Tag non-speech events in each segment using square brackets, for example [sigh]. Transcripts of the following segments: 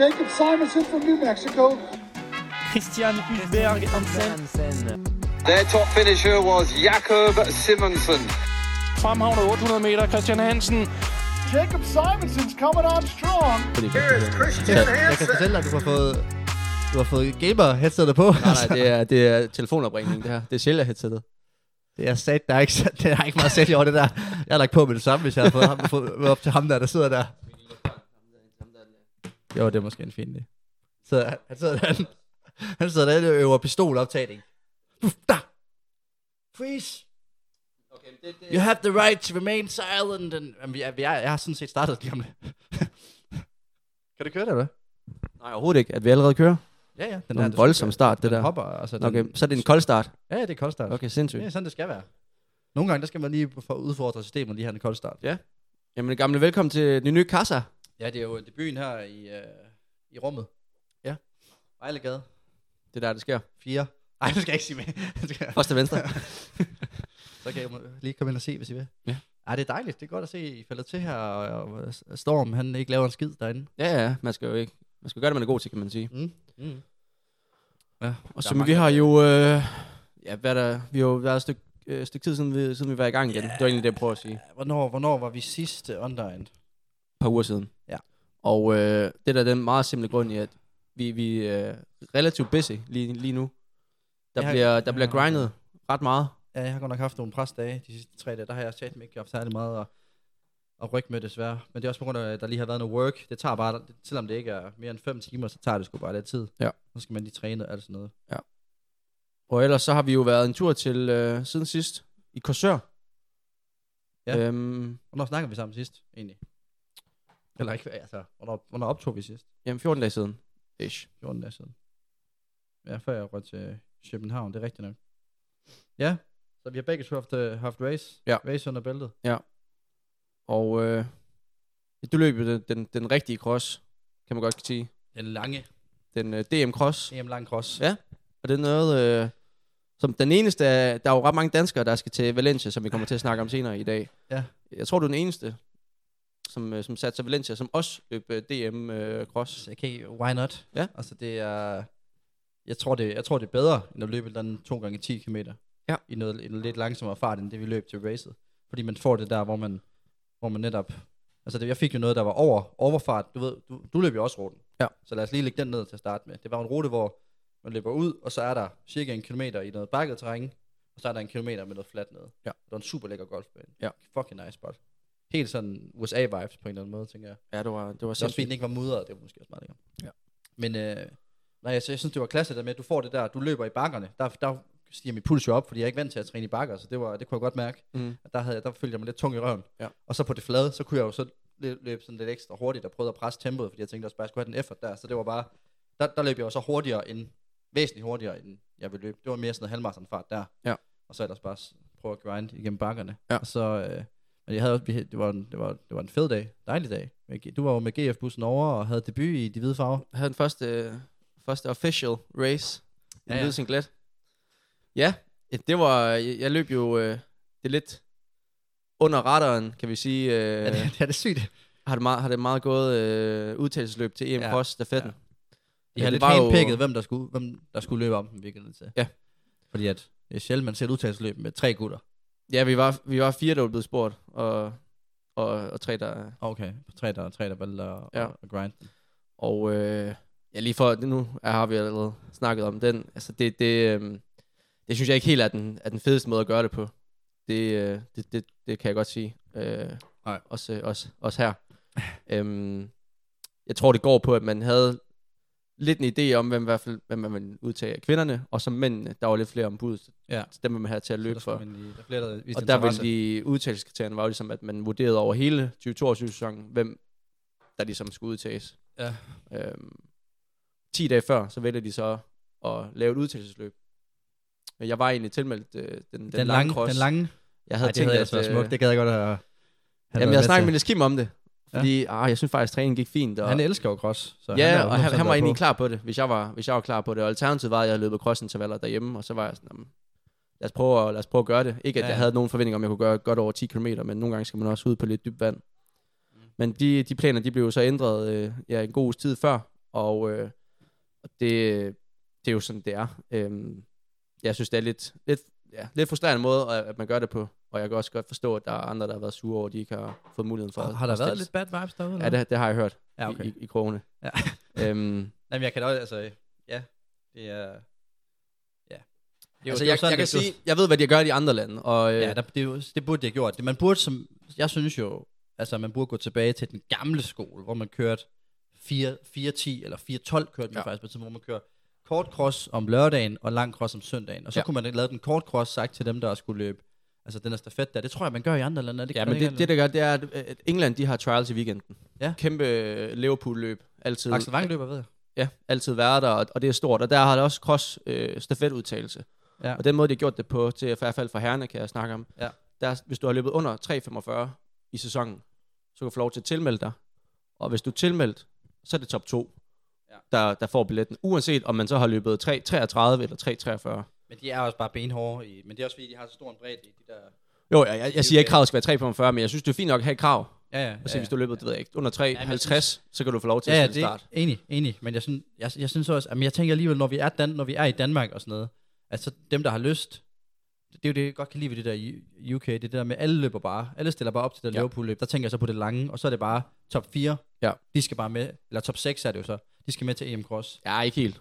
Jacob Simonson from New Mexico. Christian Hulberg Hansen. Their top finisher was Jakob Simonsen. Fremhavner 800 meter, Christian Hansen. Jacob Simonson's coming on strong. Fordi Here is Christian jeg, jeg kan Hansen. fortælle dig, at du har fået, du har fået gamer-headsetet [laughs] på. Nej, nej, det er, det er telefonopringning, det her. Det er sjældent headsetet. Det er sat, der er ikke, sat- [laughs] der er ikke meget sælge over det der. Jeg har lagt på med det samme, hvis jeg har fået ham, fået op til ham der, der sidder der. Jo, det er måske en fin idé. Så han sidder der, [laughs] han sidder der og øver pistoloptagning. Puf, Der! Freeze! Okay, det, det... You have the right to remain silent. And... Jamen, jeg, jeg, jeg har sådan set startet lige om lidt. kan det køre det, eller hvad? Nej, overhovedet ikke. At vi allerede kører. Ja, ja. Den er en voldsom start, det Den der. hopper, altså. Den... Okay, så er det en kold start. Ja, det er kold start. Okay, sindssygt. Det er sådan, det skal være. Nogle gange, der skal man lige for at udfordre systemet, og lige have en kold start. Jamen gamle, velkommen til den nye kassa. Ja, det er jo debuten her i, øh, i rummet. Ja. Vejlegade. Det er der, det sker. 4. Nej, du skal jeg ikke [laughs] sige med. Først til venstre. Så kan jeg må- lige komme ind og se, hvis I vil. Ja. Ej, det er dejligt. Det er godt at se, I falder til her, og, og og Storm, han ikke laver en skid derinde. ja, ja, man skal jo ikke. Man skal jo gøre det, man er god til, kan man sige. Mm. Mm. Og Der så er men vi mange, har jo... Øh, ja, hvad er der, vi har jo været et stykke, øh, stykke tid, siden vi, siden vi var i gang igen. Det var egentlig det, jeg prøver at sige. Hvornår, hvornår var vi sidst øh, underend? Et par uger siden. Ja. Og øh, det er der den meget simple grund i, at vi, vi er relativt busy lige, lige nu. Der, Jeg har- bliver, der jeg bliver har- grindet ret meget. Ja, jeg har godt nok haft nogle presdage de sidste tre dage. Der har jeg sat mig ikke haft særlig meget at, at rykke med, desværre. Men det er også på grund af, at der lige har været noget work. Det tager bare, selvom det ikke er mere end 5 timer, så tager det sgu bare lidt tid. Ja. Så skal man lige træne og alt sådan noget. Og ellers så har vi jo været en tur til øh, siden sidst i Korsør. Ja. Øhm, Hvornår snakkede vi sammen sidst, egentlig? Eller ikke, altså, hvornår, hvornår optog vi sidst? jamen 14 dage siden. Ish. 14 dage siden. Ja, før jeg røg til København, det er rigtigt nok. Ja, så vi har begge to haft, øh, haft race. Ja. Race under bæltet. Og øh, du løb jo den, den, den rigtige cross, kan man godt sige. Den lange. Den øh, DM Cross. CM lang cross. Ja. Og det er noget, øh, som den eneste... af- Der er jo ret mange danskere, der skal til Valencia, som vi kommer til at snakke om senere i dag. Ja. Jeg tror, du er den eneste, som, øh, som satte til Valencia, som også løb øh, DM øh, Cross. Så Okay, why not? Ja. Altså, det er... Jeg tror, det, jeg tror, det er bedre, end at løbe et eller andet 2 gange 10 km. Ja. I noget, en lidt langsommere fart, end det vi løb til racet. Fordi man får det der, hvor man, hvor man netop... Altså, det, jeg fik jo noget, der var over, overfart. Du ved, du, du løb jo også ruten. Ja. Så lad os lige lægge den ned til at starte med. Det var en rute, hvor man løber ud, og så er der cirka en kilometer i noget bakket terræn, og så er der en kilometer med noget fladt nede. Ja. Det var en super lækker golfbane. Ja. Fucking nice spot. Helt sådan USA-vibes på en eller anden måde, tænker jeg. Ja, det var, det var Det er også fint, sindssygt. den ikke var mudret, det var måske også meget lækkert. Ja. Men øh, nej, altså, jeg synes, det var klasse der med, at du får det der, du løber i bakkerne. Der, der stiger min puls jo op, fordi jeg er ikke vant til at træne i bakker, så det, var, det kunne jeg godt mærke. Mm. At der, havde jeg, der følte jeg mig lidt tung i røven. Ja. Og så på det flade, så kunne jeg jo så lø- løbe sådan lidt ekstra hurtigt og prøvede at presse tempoet, fordi jeg tænkte også bare, at jeg skulle have den effort der. Så det var bare, der, der løb jeg jo så hurtigere end, væsentligt hurtigere end jeg ville løbe. Det var mere sådan en halvmarathonfart der. Ja. Og så ellers bare s- prøve at grind igennem bakkerne. Ja. Og så, øh, men jeg havde også, vi havde- det var, en, det, var, det var en fed dag, dejlig dag. Men G- Du var jo med GF-bussen over og havde debut i de hvide farver. Jeg havde den første, øh, første official race i Ja, ja, ja. ja. Singlet. Ja, øh, det var... Jeg, jeg løb jo øh, det lidt under radaren, kan vi sige. [laughs] Øh, Ja. Er, det, er det sygt? har det meget, har det meget gået øh, udtagelsesløb til EM Ja, ja. Cross stafetten. ja. I Ja. har det lidt var jo- handpikket, hvem der skulle, hvem der skulle løbe om den virkelig til. Ja. Fordi at det er sjældent, man ser et udtagelsesløb med tre gutter. ja, vi var, vi var fire, der var blevet spurgt, og, og, og tre, der... Okay, tre der, tre der valgte at, Ja. at grind. den. Og øh, ja, lige for... Nu har vi allerede snakket om den. Altså, det, det, øh, det synes jeg ikke helt er den, er den fedeste måde at gøre det på. Det, øh, det, det, det kan jeg godt sige. Øh, Nej. Også, øh, også, [laughs] også her. øhm, jeg tror, det går på, at man havde lidt en idé om, hvem, i hvert fald, hvem man ville udtage af kvinderne, og så mændene, der var lidt flere om budet. Ja. Så dem vil man have til at Så løbe der for. skulle man lige- Der flere, der viste Og der interesse. ville de udtalelseskriterierne var jo ligesom, at man vurderede over hele 2022-sæsonen, hvem der ligesom skulle udtages. Ja. Øhm, 10 dage før, så vælger de så at lave et udtagelsesløb. Men Jeg var egentlig tilmeldt øh, den, den, den, den, lange, lange, cross. den lange. Jeg havde Ej, det tænkt, havde at, ellers været øh, smukt. Det gad jeg godt at have Jamen, jeg været snakkede med til. med Niels Kim om det. Ja. Fordi ah, jeg synes faktisk, at træningen gik fint. Og, Han elsker jo cross. Så ja, han er og han, han var egentlig klar. klar på det, hvis jeg var, hvis jeg var klar på det. Og alternativet var, at jeg havde løbet crossintervaller derhjemme, og så var jeg sådan, "Jamen, lad os, prøve at, lad os prøve at gøre det. Ikke at Ja, ja. jeg ja. havde nogen forventninger om, at jeg kunne gøre godt over 10 km, men nogle gange skal man også ud på lidt dybt vand. Men de, de planer, de blev jo så ændret øh, ja, en god uges tid før, Og øh, og det, det er jo sådan, det er. Øhm, jeg synes, det er lidt, lidt, ja, lidt frustrerende måde, at at man gør det på. Og jeg kan også godt forstå, at der er andre, der har været sure over, at de ikke har fået muligheden for at Har der at været stille lidt bad vibes derude? Ja, det, det har jeg hørt Ja, okay. i, i, i krogene. Ja. [laughs] øhm, Jamen, jeg kan da også, altså, ja, det er... Ja. Jo, altså, jeg, jeg kan sige, jeg ved, hvad de gør i de andre lande, og øh, Ja, der, det, er jo- det burde de have gjort. Man burde, som jeg synes jo, altså man burde gå tilbage til den gamle skole, hvor man kørte 4, 410 eller 412 kørte man Ja. ja. faktisk på tiden, hvor man kører kort cross om lørdagen og lang cross om søndagen. Og så Ja. ja. kunne man have lavet den kort cross sagt til dem, der skulle løbe. Altså den her stafet der, det tror jeg, man gør i andre lande. er Det ja, gør men ikke det, det, der gør, det er, at at England, de har trials i weekenden. Ja. Kæmpe øh, Liverpool-løb. Altid. Axel Wang løber, ved jeg. Ja, altid været der, og, og det er stort. Og der har der også cross øh, stafetudtagelse. Ja. Og den måde, de har gjort det på, til i hvert fald for herrerne, kan jeg snakke om, Ja. der, hvis du har løbet under 3,45 i sæsonen, så kan du få lov til at tilmelde dig. Og hvis du er tilmeldt, så er det top 2, Ja. der, der får billetten. Uanset om man så har løbet 3,33 eller 3,43. Men de er også bare benhårde. I, men det er også fordi, de har så stor en bredde i de der... Jo, jeg, jeg, jeg siger ikke, kravet skal være 3,45, men jeg synes, det er fint nok at have et krav. Ja, ja. Og så hvis du har løbet, det ved jeg ikke, under 3,50, jeg så kan du få lov til ja, ja, at det stille start. er enig, enig. Men jeg synes, jeg, jeg synes også, at jeg tænker alligevel, når vi er, Dan, når vi er i Danmark og sådan noget, at så dem, der har lyst, det er jo det, jeg godt kan lide ved det der U- UK, det er det der med, alle løber bare, alle stiller bare op til det Ja. ja. Liverpool-løb, der tænker jeg så på det lange, og så er det bare top 4, Ja. de skal bare med, eller top 6 er det jo så, de skal med til EM Cross. Ja, ikke helt.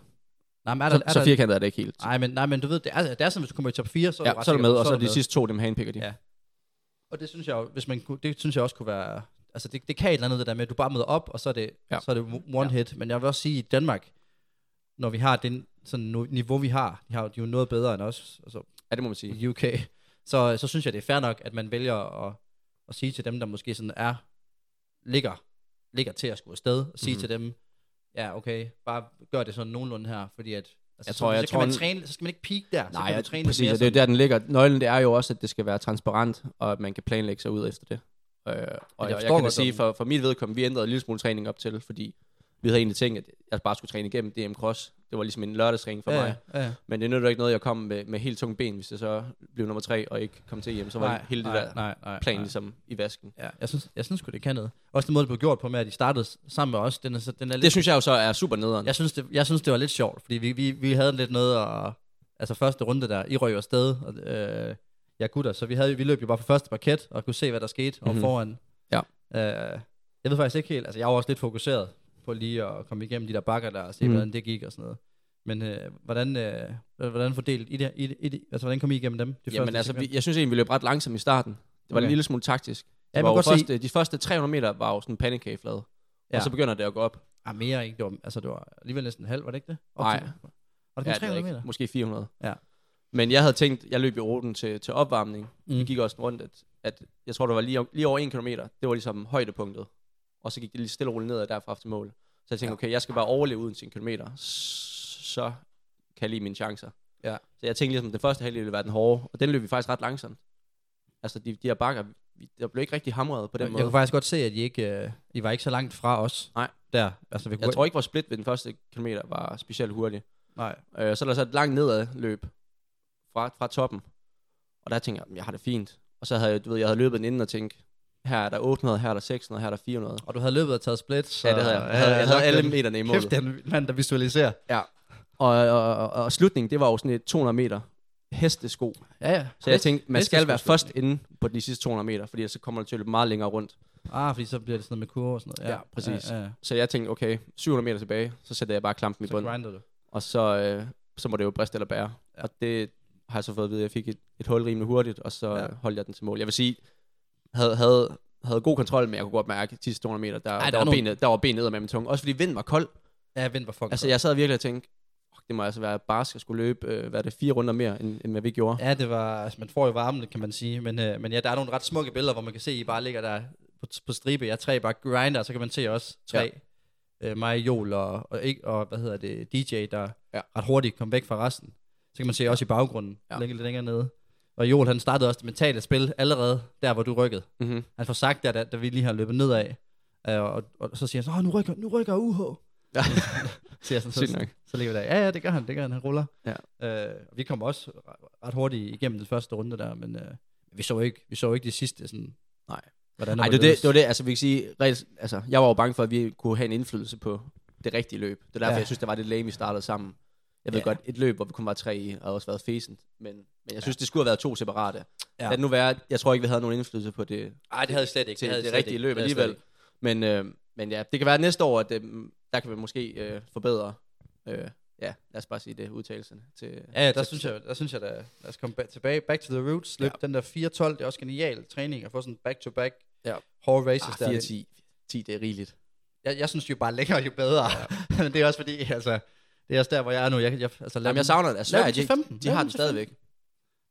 Nej, men er der, Så, er så der, firkantet er det ikke helt. nej, men, nej, men du ved, det er, det er sådan, hvis du kommer i top 4, så er Ja, du ret så er du sikker med, på, og så er du de med. sidste to, dem handpicker de. Ja. Og det synes jeg jo, hvis man kunne, det synes jeg også kunne være, altså det, det kan et eller andet det der med, at du bare møder op, og så er det, Ja. ja. så er det one ja. hit. Men jeg vil også sige, i Danmark, når vi har den sådan nu- niveau, vi har, de har jo- de er jo noget bedre end os, altså ja, det må man sige. i UK, så, så synes jeg, det er fair nok, at man vælger at, at sige til dem, der måske sådan er, ligger, ligger til at skulle afsted, og sige Mhm. mm-hmm. til dem, ja okay, bare gør det sådan nogenlunde her, fordi at, altså, Jeg tror, så, jeg så, tror, kan man den- træne, så skal man ikke peak der, så Nej, kan ja, man træne lidt præcis, mere og det er sådan- der, den ligger. Nøglen, det er jo også, at det skal være transparent, og at man kan planlægge sig ud efter det. Øh, og jeg, forstår jeg, kan godt, da sige, om- for, for mit vedkommende, vi ændrede en lille smule træning op til, fordi vi havde egentlig tænkt, at jeg bare skulle træne igennem DM Cross. Det var ligesom en lørdagstræning for ja, mig. Ja, ja. Men det nytter ikke noget, jeg kom med, med helt tunge ben, hvis jeg så blev nummer tre og ikke kom til hjem. Så var Nej, hele det nej, der nej, nej, plan nej. ligesom i vasken. Ja, jeg synes, jeg synes sgu, det kan noget. Også den måde, det blev gjort på med, at de startede s- sammen med os, den er, så- den er lidt... Det synes jeg jo så er super nederen. jeg, synes, det, jeg synes, det var lidt sjovt, fordi vi, vi, vi havde lidt noget at... Altså første runde der, I røg jo afsted, og, øh, jeg gutter, så vi, havde, vi løb jo bare på første parket, og kunne se, hvad der skete om Mhm. mm-hmm. foran. Ja. Øh, jeg ved faktisk ikke helt, altså jeg var også lidt fokuseret på lige at komme igennem de der bakker der, og se, Mhm. mm. hvordan det gik og sådan noget. Men øh, hvordan, øh, hvordan fordelte I det, I, det- I, det- altså hvordan kom I igennem dem? Det Jamen altså, vi, jeg synes egentlig, vi løb ret langsomt i starten. Det var okay. en Okay. lille smule taktisk. Ja, man Det var kan jo godt se- første, de første 300 meter var jo sådan en pandekageflade. Ja. Ja. Og så begynder det at gå op. Ah, mere ikke, det var, altså det var alligevel næsten en halv, var det ikke det? Op Nej. til- Var det kun Ja, ja, det ved jeg 300 ikke. meter? Måske 400. Ja. Men jeg havde tænkt, jeg løb i ruten til, til opvarmning. Mm. Vi Mm. gik også rundt, at, at jeg tror, det var lige, lige over 1 km. Det var ligesom højdepunktet. Og så gik det lige stille og roligt ned derfra til mål. Så jeg tænkte, okay, jeg skal bare overleve uden 10 km. Så kan jeg lide mine chancer. Ja. Så jeg tænkte ligesom, at den første halvdel ville være den hårde. Og den løb vi faktisk ret langsomt. Altså, de, de her bakker, vi- der blev ikke rigtig hamret på den jeg måde. kunne faktisk godt se, at I, ikke, øh, I var ikke så langt fra os. Nej. Der. Altså, vi kunne, Jeg tror ikke, vores split ved den første kilometer var specielt hurtig. Nej. Øh, så er der så et langt nedadløb fra, fra toppen. Og der tænkte jeg, "Jamen, jeg har det fint. Og så havde jeg, du ved, jeg havde løbet den inden og tænkt, her er der 800, her er der 600, her er der 400. Og du havde løbet og taget split. Så, ja, det havde jeg. Jeg havde, jeg havde alle meterne i mål. Kæft, den mand, der visualiserer. Og, og, og, og, slutningen, det var jo sådan et 200 meter hestesko. Ja, ja. Så jeg tænkte, man skal hestesko være først inde på de sidste 200 meter, fordi så kommer du til at løbe meget længere rundt. Ah, fordi så bliver det sådan noget med kurve og sådan noget. Ja, præcis. Ja, ja. Så jeg tænkte, okay, 700 meter tilbage, så sætter jeg bare klampen i Så bunden. grinder du. Og så, øh, så må det jo briste eller bære. Ja. Ja. Og det har jeg så fået at vide. Jeg fik et, et hul rimelig hurtigt, og så Ja. ja. holdt jeg den til mål. Jeg vil sige, havde, havde, havde god kontrol, men jeg kunne godt mærke, at 10-200 meter, der, Ej, der der, er var nogle- benet, der var benet ned med min tunge. Også fordi vinden var kold. Ja, vind var fucking Altså, jeg sad virkelig og tænkte, "Fuck, det må altså være barsk at skulle løbe, øh, hvad er det, fire runder mere, end, end hvad vi gjorde. Ja. Ja, det var, altså, man får jo varmen, kan man sige. Men, øh, men ja, der er nogle ret smukke billeder, hvor man kan se, at I bare ligger der på, på stribe. Jeg tre bare grinder, og så kan man se også tre. Ja. Øh, mig, Joel og, og, ikke, og, hvad hedder det, DJ, der Ja. ja. ret hurtigt kom væk fra resten. Så kan man se også i baggrunden, Ja. ja. lidt længere nede. Og Joel, han startede også det mentale spil allerede, der hvor du rykkede. Mm-hmm. Han får sagt der, da, da vi lige har løbet nedad. Øh, og, og, så siger han så, "Åh, nu rykker, nu rykker UH. Ja. [laughs] siger sådan, Sygt så, nok. så ligger vi der, ja, ja, det gør han, det gør han, han ruller. Ja. Øh, og vi kom også re- ret hurtigt igennem den første runde der, men øh, vi så ikke, vi så ikke de sidste sådan... Nej. Hvordan Nej, det, var det, det var det. Altså, vi kan sige, reelt, altså, jeg var jo bange for, at vi kunne have en indflydelse på, det rigtige løb. Det er derfor, Ja. ja. jeg synes, det var lidt lame, vi startede sammen. Jeg ved Ja. ja. godt, et løb, hvor vi kun var tre i, havde også været fæsent. Men, men jeg synes, ja. det skulle have været to separate. Ja. Ja. Det nu være, jeg tror ikke, vi havde nogen indflydelse på det, Nej, det havde jeg slet ikke. til havde det, jeg det slet rigtige ikke. løb Det havde jeg slet alligevel. Men, øh, men ja, det kan være at næste år, at øh, der kan vi måske øh, forbedre, øh, ja, lad os bare sige det, udtalelserne. Til, ikke. Ja, der til- synes jeg, der synes jeg, der, lad os komme ba- tilbage. Back to the roots. Løb den der 4-12. Det er også genial træning at få sådan back-to-back Ja. hårde races. Ah, der. 4-10. 10, det er rigeligt. Jeg, jeg synes jo bare længere, jo bedre. Ja. [laughs] Men det er også fordi, altså, det er også der, hvor jeg er nu. Jeg, kan- jeg, altså, lad Jamen, dem- jeg savner det. Altså, Lav dem Sverige, til de, 15. de, Lav har dem den til stadigvæk.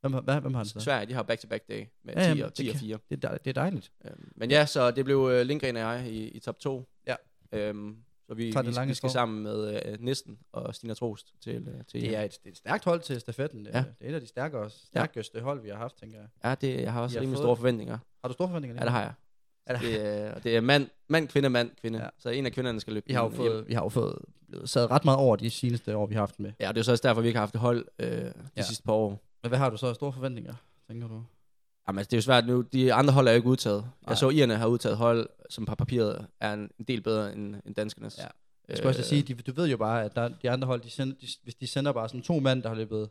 Hvem, har- hvad, hvem har det så? Sverige, de har back-to-back day med Ja, 10 jamen, og, 10 det og kan- 4. Det er, dej- det er dejligt. Øhm, Men ja, så det blev øh, Lindgren og jeg i, i top 2. Ja. Øhm, så vi, Tager den vi, lange vi skal strå. sammen med øh, Nisten og Stina Trost til, øh, til Det er, et, det er et stærkt hold til stafetten. Ja. Ja. Det er et af de stærkere, stærkeste hold, vi har haft, tænker jeg. Ja, det, jeg har I også har rimelig fået- store forventninger. Har du store forventninger? Ja, det har jeg. Er det- Det, er, og det er mand, mand, kvinde, mand, kvinde. Ja. Ja. Så en af kvinderne skal løbe. Vi har jo den hjem. fået, vi har jo fået blevet sad ret meget over de seneste år, vi har haft den med. Ja, og det er jo så også derfor, vi ikke har haft et hold øh, de Ja. ja. sidste par år. Men hvad har du så af store forventninger, tænker du? Jamen, altså, det er jo svært nu. De andre hold er jo ikke udtaget. Nej. Jeg så, Irerne har udtaget hold, som på papiret er en, en del bedre end, end danskernes. Øh, Ja. Jeg skal også lige sige, de, du ved jo bare, at der, de andre hold, de sender, de, hvis de sender bare sådan to mænd, der har løbet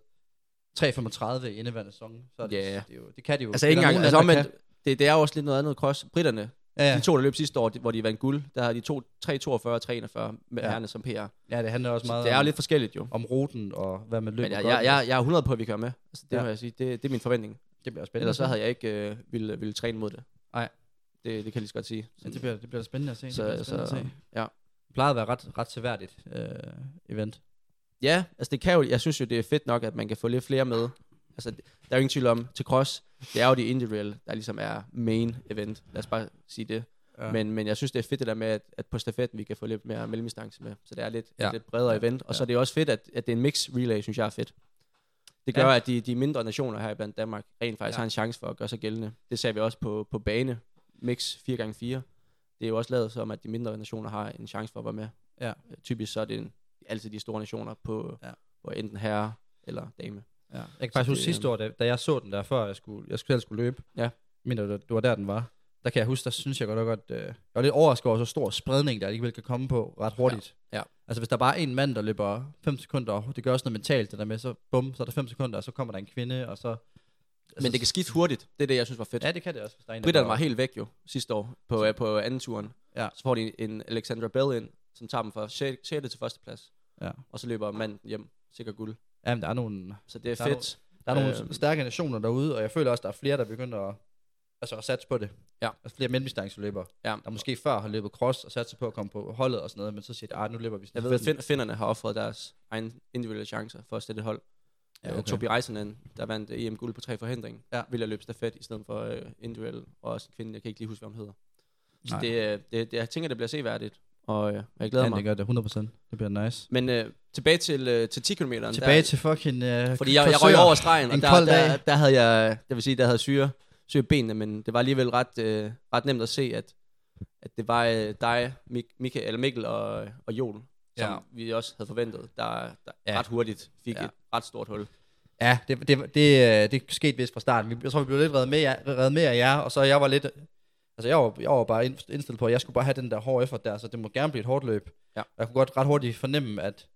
3.35 i indeværende sæson, så er det, Ja. det, er jo, det kan de jo. Altså Det er ikke der engang, nogen altså lande, der omvendt, det, det er jo også lidt noget andet cross. Britterne, kan. Ja, ja. de to, der løb sidste år, de, hvor de vandt guld, der har de to, 3,42 og 3,41 med Ja. ja. herrene som PR. Så ja, ja, det handler også meget det er jo om, lidt forskelligt jo. om ruten og hvad man løber Men jeg, godt jeg, med. jeg, jeg er 100 på, at vi kan være med. Altså, det Ja. ja. må jeg sige, det, det er min forventning. det bliver spændende. Ellers så havde jeg ikke øh, ville, ville træne mod det. Nej. Det, det kan jeg lige så godt sige. Ja, det bliver, det bliver spændende at se. Så- det bliver spændende så- at se. ja. Det plejede at være ret, ret seværdigt øh, event. Ja, altså det kan jo, jeg synes jo, det er fedt nok, at man kan få lidt flere med. Altså, det- der er jo ingen tvivl om, til cross, det er jo de individuelle, der ligesom er main event. Lad os bare sige det. Ja. Ja. Men, men jeg synes, det er fedt det der med, at, at på stafetten, vi kan få lidt mere mellemdistance med. Så det er lidt, Ja. ja. et lidt bredere event. Og ja. så er det også fedt, at, at det er en mix relay, synes jeg er fedt. Det gør, Ja. ja. at de, de mindre nationer her blandt Danmark rent faktisk Ja. ja. har en chance for at gøre sig gældende. Det ser vi også på, på bane, mix 4x4. Det er jo også lavet som, at de mindre nationer har en chance for at være med. Ja. Øh, Typisk så er det en, altid de store nationer på, Ja. Altså ja. på enten herre eller dame. Ja. Jeg kan faktisk det, øh, huske sidste år, da, da jeg så den der, før jeg skulle, jeg skulle selv skulle løbe. Ja. Men det, var- det var der, den var. Der kan jeg huske, der synes jeg godt nok godt, øh, jeg var lidt overrasket over så stor spredning, der alligevel kan komme på ret hurtigt. Ja. Ja. Altså hvis der bare er en mand, der løber 5 sekunder, og det gør også noget mentalt det der med, så bum, så er der 5 sekunder, og så kommer der en kvinde, og så... Altså, Men det kan skifte hurtigt. Det er det, jeg synes var fedt. Ja, det kan det også, hvis der er en, der Britterne bare- var helt væk jo sidste år på, øh, på anden turen. Ja. Så får de en Alexandra Bell ind, som tager dem fra 6. til førsteplads. Ja. Og så løber manden hjem, sikker guld. Jamen, der er nogle... Så det er Der der er fedt. Der er nogle Øhm. stærke nationer derude, og jeg føler også, der er flere, der begynder at, altså at satse på det. Ja. Altså flere mellemdistanceløbere, Ja. der måske før har løbet cross og sat sig på at komme på holdet og sådan noget, men så siger de, at nu løber vi sådan Jeg ved, at fin- finnerne har offret deres egen individuelle chancer for at sætte et hold. Ja, Ja, okay. okay. Tobi Reisenen, der vandt øh, EM guld på tre forhindring, Ja. ja. ville have løbet stafet i stedet for øh, individuel, og også en kvinde, jeg kan ikke lige huske, hvad hun hedder. Så Nej. det, øh, det, det, jeg tænker, det bliver seværdigt, og øh, jeg glæder Ja, ja, mig. det gør det 100%. Det bliver nice. Men øh, tilbage til, øh, til 10 km. Tilbage til fucking... Øh, Fordi jeg, jeg Korsør. røg over stregen, og En der, kold der, dag. der, havde jeg, jeg vil sige, der havde syre, syre i benene, men det var alligevel ret, øh, ret nemt at se, at, at det var øh, dig, Mik- Mikael, eller Mikkel og, øh, og Joel, som Ja. ja. vi også havde forventet, der, der Ja. ja. ret hurtigt fik Ja. ja. et ret stort hul. Ja, det, det, det, øh, det skete vist fra starten. Vi- Jeg tror, vi blev lidt reddet med, jer- reddet med af jer, og så jeg var lidt... Altså, jeg var, jeg var bare ind- indstillet på, at jeg skulle bare have den der hårde effort der, så det må gerne blive et hårdt løb. Ja. Og jeg kunne godt ret hurtigt fornemme, at,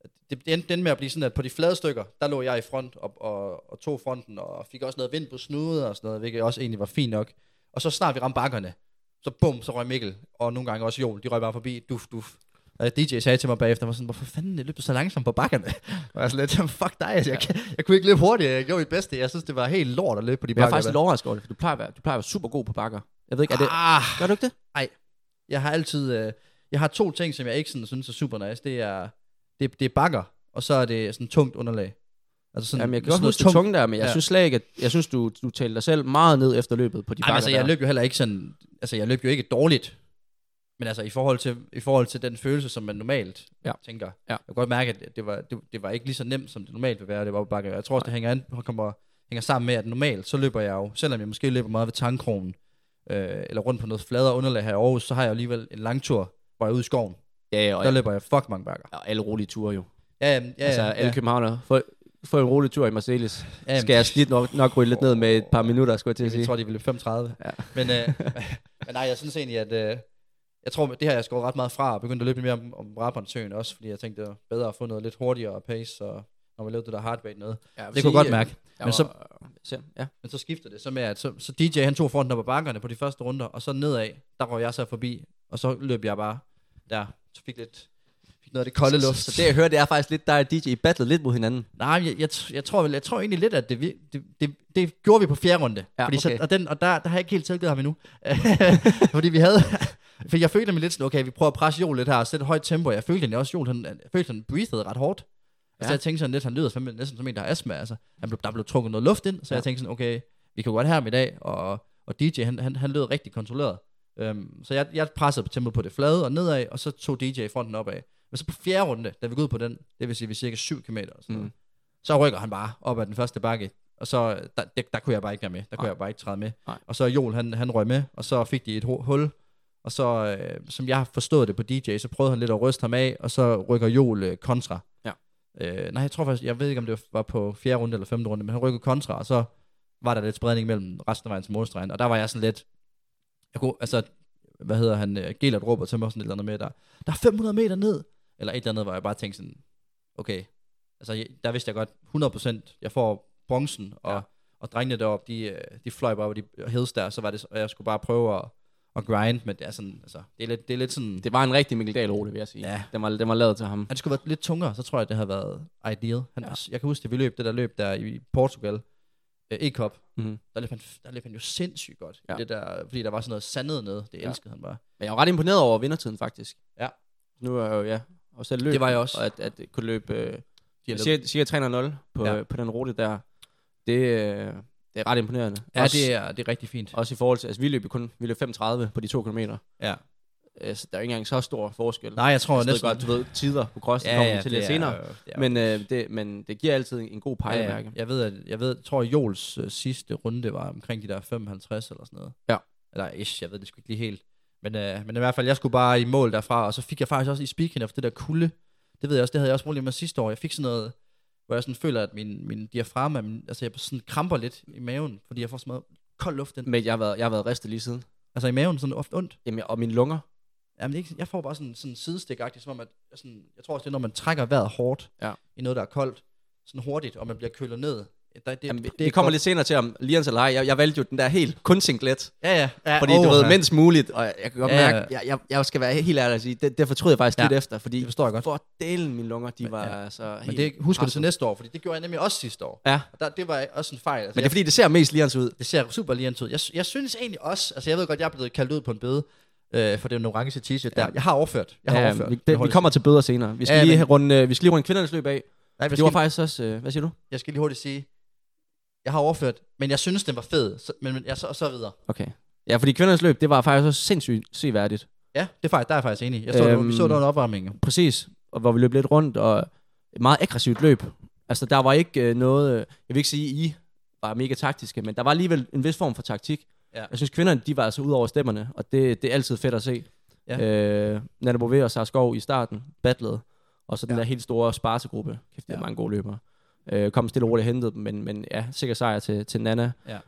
at det, det endte endte med at blive sådan, at på de flade stykker, der lå jeg i front og, og, og tog fronten, og fik også noget vind på snude og sådan noget, hvilket også egentlig var fint nok. Og så snart vi ramte bakkerne, så bum, så røg Mikkel, og nogle gange også Joel, de røg bare forbi, duf, duf. Og DJ sagde til mig bagefter, han var sådan, hvorfor fanden løb du så langsomt på bakkerne? [laughs] Og jeg er sådan lidt, "Jamen, fuck dig, altså, jeg, kan, jeg kunne ikke løbe hurtigere, jeg gjorde mit bedste. Jeg synes, det var helt lort at løbe på de Men jeg er bakker. faktisk lidt der. overrasket over det, for du plejer, at være, du plejer at være super god på bakker. Jeg ved ikke, er det, Ah, gør du ikke det? jeg har altid, øh, jeg har to ting, som jeg ikke sådan, synes er super nice. Det er, det, det er bakker, og så er det sådan tungt underlag. Altså sådan, Jamen, jeg kan sådan godt noget huske det tunge der, men jeg Ja. ja. synes slet ikke, at, jeg synes, du, du talte dig selv meget ned efter løbet på de Ej, bakker men altså, jeg der. løb jo heller ikke sådan, altså, jeg løb jo ikke dårligt. Men altså, i forhold til, i forhold til den følelse, som man normalt ja. Ja. tænker. Ja. Ja. Jeg kan godt mærke, at det var, det, det var ikke lige så nemt, som det normalt vil være, det var på bakker. Jeg tror også, det hænger, an, kommer, hænger sammen med, at normalt, så løber jeg jo, selvom jeg måske løber meget ved tankkrogen, øh, eller rundt på noget fladere underlag her i Aarhus, så har jeg alligevel en lang tur, hvor jeg er ude i skoven. Ja, ja, og Der løber jeg fuck mange bakker. og alle rolige ture jo. Ja, ja, ja, altså, ja, alle ja, københavnere. Få, få en rolig tur i Marselis. ja, Skal jeg snit nok, nok ryge lidt ned med et par minutter, skulle Øhm. jeg Jeg til at sige. [laughs] tror, de vil løbe 35. Ja. Ja. Men, øh, men nej, jeg synes egentlig, at, øh, jeg tror, det her jeg skåret ret meget fra, og begyndte at løbe lidt mere om, om Brabantsøen også, fordi jeg tænkte, det var bedre at få noget lidt hurtigere pace, og når man lavede det der hard rate noget. Ja, Det kunne jeg godt mærke. Jeg Men men så- så... Ser, ja. Men så skifter det så med, at så, så DJ han tog fronten op ad bakkerne på de første runder, og så nedad, der røg jeg så forbi, og så løb jeg bare der, så fik lidt fik noget af det kolde luft. Så det jeg hører, det er faktisk lidt dig og DJ battle lidt mod hinanden. Nej, jeg, jeg, tr- jeg, tror, vel- jeg tror egentlig lidt, at det, vi- det, det, det gjorde vi på fjerde runde. Ja, fordi så, okay. og den, og der, der har jeg ikke helt tilgivet ham endnu. [laughs] fordi vi havde... [laughs] For jeg følte mig lidt sådan, okay, vi prøver at presse Joel lidt her og sætte et højt tempo. Jeg følte egentlig også, Joel, han, jeg følte, han breathede ret hårdt. Ja. Ja. Så jeg tænkte sådan lidt, han lyder fandme næsten som en, der har astma. Altså, han blev, der blev trukket noget luft ind, så ja. Ja. jeg tænkte sådan, okay, vi kan godt have ham i dag. Og, og DJ, han, han, han lød rigtig kontrolleret. Um, så jeg, jeg pressede tempoet på det flade og nedad, og så tog DJ fronten opad. Men så på fjerde runde, da vi går ud på den, det vil sige, vi er cirka 7 km og sådan noget, Mm. så rykker han bare op ad den første bakke, og så, øh, der, der, der kunne jeg bare ikke være med, der kunne Nej. jeg bare ikke træde med. Nej. Og så Joel, han, han røg med, og så fik de et hu- hul, og så, øh, som jeg har forstået det på DJ, så prøvede han lidt at ryste ham af, og så rykker Joel øh, kontra. Ja. Øh, nej, jeg tror faktisk, jeg ved ikke, om det var på fjerde runde eller femte runde, men han rykker kontra, og så var der lidt spredning mellem resten af vejen til målstregen, og der var jeg sådan lidt, jeg kunne, altså, hvad hedder han, øh, Gelert råber til mig sådan et eller andet med, der, der er 500 meter ned, eller et eller andet, hvor jeg bare tænkte sådan, okay, altså, jeg- der vidste jeg godt 100%, jeg får bronzen, og, ja. Ja. og drengene deroppe, de, øh, de fløj bare, og de heds der, så var det, så- og jeg skulle bare prøve at, at grind, men det er sådan, altså, det er lidt, det er lidt sådan, det, Det var en rigtig Mikkel Dahl-rute, vil jeg sige. Ja. Den var, den var lavet til ham. han skulle være lidt tungere, så tror jeg, det havde været ideal. Han, ja. Ja. Jeg kan huske, at vi løb det der løb der i Portugal, øh, E-Cup, Mm. der løb, han, der løb han jo sindssygt godt, ja. Ja. det der, fordi der var sådan noget sandet nede, det Ja. elskede han bare. Men jeg var ret imponeret over vindertiden, faktisk. Ja. Nu er jeg jo, ja, og selv løb. Det var jeg også. Og at, at kunne løbe øh, De har løbet- cirka, cirka 300 på, Ja. ja. på den rute der, det, øh, det er ret imponerende. Ja, også, det er, det er rigtig fint. også i forhold til, altså vi løb jo kun, vi løb 35 på de to kilometer. Ja. Øh, Så der er jo ikke engang så stor forskel. Nej, jeg tror jeg ved næsten... godt, du ved, tider på cross, ja, kommer vi til lidt senere. Ja. Men, øh, det, men det giver altid en god pejlemærke. Jeg ved, at, jeg ved, jeg tror, at Jols øh, sidste runde var omkring de der 55 eller sådan noget. Ja. Eller ish, jeg ved det sgu ikke lige helt. Men, øh, men i hvert fald, jeg skulle bare i mål derfra, og så fik jeg faktisk også i speaking of det der kulde. Det ved jeg også, det havde jeg også problemer med sidste år. Jeg fik sådan noget, hvor jeg sådan føler, at min, min diafragma, min, altså jeg sådan kramper lidt i maven, fordi jeg får sådan noget kold luft ind. Men jeg har været, jeg har været ristet lige siden. Altså i maven, sådan ofte ondt. Jamen, jeg- og mine lunger. Jamen, det er ikke, jeg får bare sådan, sådan sidestik-agtigt, som om, at jeg sådan, jeg tror også, det er, når man trækker vejret hårdt Ja. i noget, der er koldt, sådan hurtigt, og man bliver kølet ned. Der, det, Jamen, vi, det er vi kommer godt. lidt senere til, om Lians eller ej. Jeg, jeg valgte jo den der helt kun singlet. Ja, ja. ja Fordi oh, du åh, ved, ja. mindst muligt. Og jeg, jeg kan godt Ja, ja, ja. mærke, jeg, jeg, jeg skal være helt ærlig at sige, det, det fortryder jeg faktisk Ja, ja, lidt efter. Fordi det forstår jeg godt. For delen mine lunger, de var ja. ja, altså Men helt det husker du til presset. næste år, fordi det gjorde jeg nemlig også sidste år. Ja, Og der, det var også en fejl. Altså, men det er fordi, det ser mest Lians ud. jeg, det ser super lige ud. Jeg, jeg synes egentlig også, altså jeg ved godt, jeg er blevet kaldt ud på en bede, øh, for den orange t-shirt der. Jeg har overført. Jeg har Ja, overført. Øhm, vi, Jeg det, vi holder kommer til bøder senere. Vi skal, Ja, ja, lige, men- men... runde, øh, vi skal lige runde kvindernes løb af. sig. Nej, men jeg, Det var skal, faktisk også... Øh, hvad siger du? jeg skal lige hurtigt sige, jeg har overført, men jeg synes, den var fed. Så, men, men jeg, så, og så videre. Okay. Ja, fordi kvindernes løb, det var faktisk også sindssygt seværdigt. Ja, det er faktisk, der er jeg faktisk enig. i. Jeg så, øhm, Øhm, vi så det under opvarmningen. Præcis. Og hvor vi løb lidt rundt, og et meget aggressivt løb. Altså, der var ikke øh, noget... øh, Jeg vil ikke sige, I var mega taktiske, men der var alligevel en vis form for taktik. Ja. Jeg synes, kvinderne, de var altså ud over stemmerne, og det, det er altid fedt at se. Ja. Øh, Nanna Bové og Sara Skov i starten, battlede, og så den Ja. ja. der helt store sparsegruppe. Kæft, det er Ja. ja. mange gode løbere. Øh, kom stille og roligt og hentede dem, men, men ja, sikker sejr til, til Nana. Ja.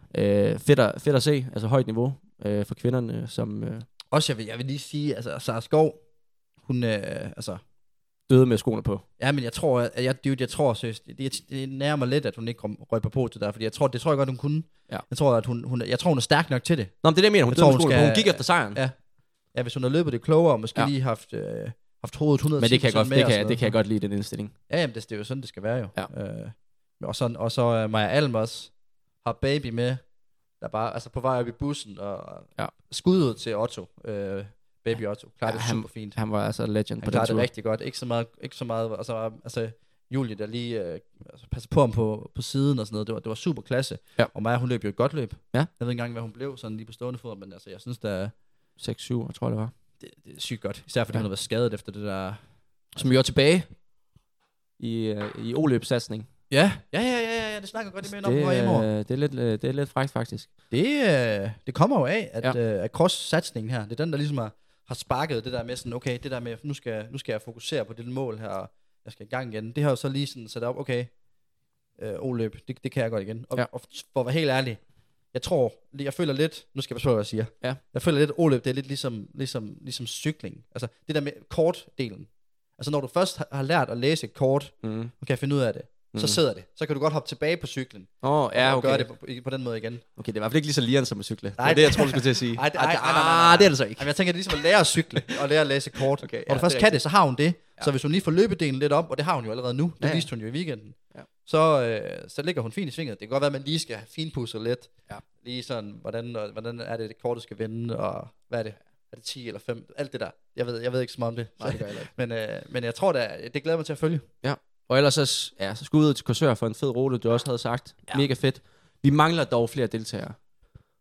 Øh, fedt, at, fedt at se, altså højt niveau øh, for kvinderne, som øh, Også, jeg vil, jeg vil lige sige, altså, Sara Skov, hun, øh, altså, døde med skoene på. Ja, men jeg tror, at jeg, dude, jeg tror seriøst, det, det nærmer lidt, at hun ikke røg- røg på potet der, fordi jeg tror, det tror jeg godt, hun kunne. Ja. Jeg tror, at hun, hun, jeg tror, hun er stærk nok til det. Nå, men det er det, jeg mener, hun Jeg døde tror, med hun skoene skal- på. Hun gik efter sejren. Ja. Ja, hvis hun har løbet det klogere, og måske ja. Ja. lige haft, øh, haft hovedet 100 Men det kan, jeg godt, det, kan, jeg- det kan jeg godt lide, den indstilling. Ja, jamen, det, det, er jo sådan, det skal være jo. Ja. Øh, og, sådan, og så øh, Maja Alm også har baby med, der bare, altså på vej op i bussen, og Ja. skuddet til Otto, øh, baby Otto, klarer ja, Ja, det super fint. Han var altså legend Han på den klarer tur. det rigtig godt. Ikke så meget, ikke så meget altså, altså Julie, der lige øh, altså, passer på ham på, på siden og sådan noget. Det var, det var super klasse. Ja. Og Maja, hun løb jo et godt løb. Ja. Jeg ved ikke engang, hvad hun blev sådan lige på stående fod, men altså, jeg synes, det er, 6-7, tror jeg, det var. det, det er sygt godt. Især fordi ja. Ja. hun har været skadet efter det der... Som jo er tilbage i, øh, i oløbssatsning. Ja, ja, ja, ja, ja, ja det snakker jeg godt lige med hende om, det, øh... øh, det, er lidt, øh, det er lidt frækt, faktisk. det, øh, det kommer jo af, at, ja. øh, at cross-satsningen her, det er den, der ligesom har, har sparket det der med sådan, okay, det der med, nu skal, nu skal jeg fokusere på det mål her, og jeg skal i gang igen. Det har jo så lige sådan sat op, okay, øh, O-løb, det, det kan jeg godt igen. Og, ja. Ja. og for at være helt ærlig, jeg tror, jeg føler lidt, nu skal jeg passe på, hvad jeg siger. Ja. Jeg føler lidt, at OLøb, det er lidt ligesom, ligesom, ligesom cykling. Altså det der med kortdelen. Altså når du først har, har lært at læse et kort, Mm. og kan finde ud af det, så Mm. sidder det. Så kan du godt hoppe tilbage på cyklen, Åh, ja, og gøre okay. det på, på den måde igen. Okay, det er i hvert fald ikke lige så liren som at cykle. Det Nej, var det, jeg tror, du skulle til at sige. Ej, det- Ah, ej, det- nej, nej, nej, ah, nej. det er det så ikke. Jamen, jeg tænker, det er ligesom at lære at cykle, og lære at læse kort. Okay, ja, Når du det først er kan det, så har hun det. Så hvis hun lige får løbedelen lidt op, og det har hun jo allerede nu, det Ja, ja. viste hun jo i weekenden, Ja. så, øh, så ligger hun fint i svinget. Det kan godt være, at man lige skal finpudse lidt. Ja. Lige sådan, hvordan, og, hvordan er det, det kortet skal vende, og hvad er det? Er det 10 eller 5? Alt det der. Jeg ved, jeg ved ikke så meget om det. Nej, det gør jeg heller men, øh, men jeg tror, da, det glæder jeg mig til at følge. Og ellers så, ja, så skal vi ud til Korsør for en fed rute, du også havde sagt. Ja. Mega fedt. Vi mangler dog flere deltagere.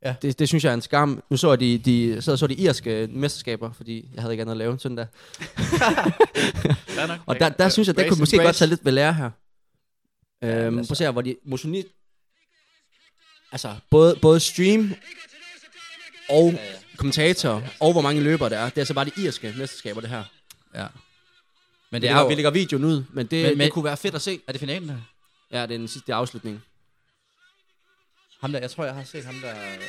Ja. Det, det synes jeg er en skam. Nu så jeg de, de, så, så de irske mesterskaber, fordi jeg havde ikke andet at lave en søndag. Fair nok. Og der, der synes jeg, der Race kunne and måske godt race. tage lidt ved lære her. Ja, Øhm, prøv altså. at se her, hvor de Mussolini... Altså, både, både stream og kommentatorer, og hvor mange løbere der er. Det er altså bare de irske mesterskaber, det her. Ja. Men Men det det vi, lægger, er vi jo... lægger videoen ud, men det, men, Men- men, men- det kunne være fedt at se. Er det finalen her? Ja, det er den sidste afslutning. Ham der, jeg tror, jeg har set ham der... øh,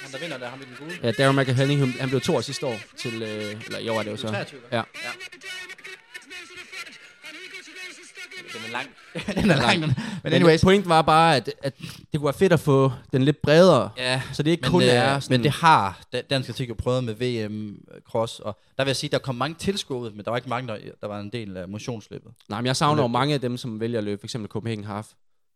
Ham der vinder der, ham i den gule. [laughs] Ja, Darren McHenning, han, han blev to år sidste år til, øh, eller i år er det jo så. 23. Ja. Det er langt. [laughs] den er lang. den- Men Men anyways, point var bare, at, at det kunne være fedt at få den lidt bredere. Ja, så det ikke men, kun øh, er sådan... men det har da- dansk atletik jo prøvet med VM Cross, og der vil jeg sige, der kom mange tilskuere ud, men der var ikke mange, der, der var en del af motionsløbet. Nej, men jeg savner jo mange af dem, som vælger at løbe, f.eks. Copenhagen Half.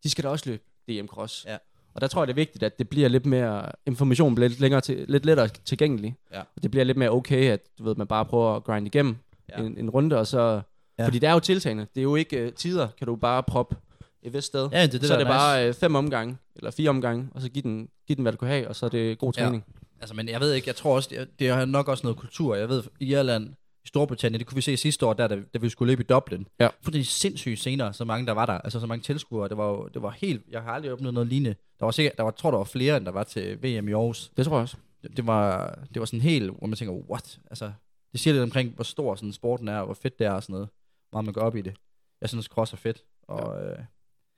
De skal da også løbe DM Cross. Ja. Og der tror jeg, det er vigtigt, at det bliver lidt mere, information bliver lidt, længere til, lidt lettere tilgængelig. Ja. Og det bliver lidt mere okay, at du ved, man bare prøver at grinde igennem Ja. en, en runde, og så... Ja. Ja. Fordi det er jo tiltagende. Det er jo ikke uh, tider, kan du bare proppe et vist sted. Ja, det er det, så der er det er nice. bare øh, fem omgange, eller fire omgange, og så giv den, giv den hvad du kan have, og så er det god Ja. træning. Altså, men jeg ved ikke, jeg tror også, det, det er nok også noget kultur. Jeg ved, i Irland, i Storbritannien, det kunne vi se sidste år, der, da, da vi skulle løbe i Dublin. Ja. Fuldstændig sindssygt senere, så mange der var der, altså så mange tilskuere. Det var, jo- det var helt, jeg har aldrig oplevet noget lignende. Der var sikkert, der var, tror, der var flere, end der var til VM i Aarhus. Det tror jeg også. det det var, det var sådan helt, hvor man tænker, what? Altså, det siger lidt omkring, hvor stor sådan sporten er, og hvor fedt det er og sådan noget. Hvor meget man går op i det. Jeg synes, cross er fedt. Og ja. øh,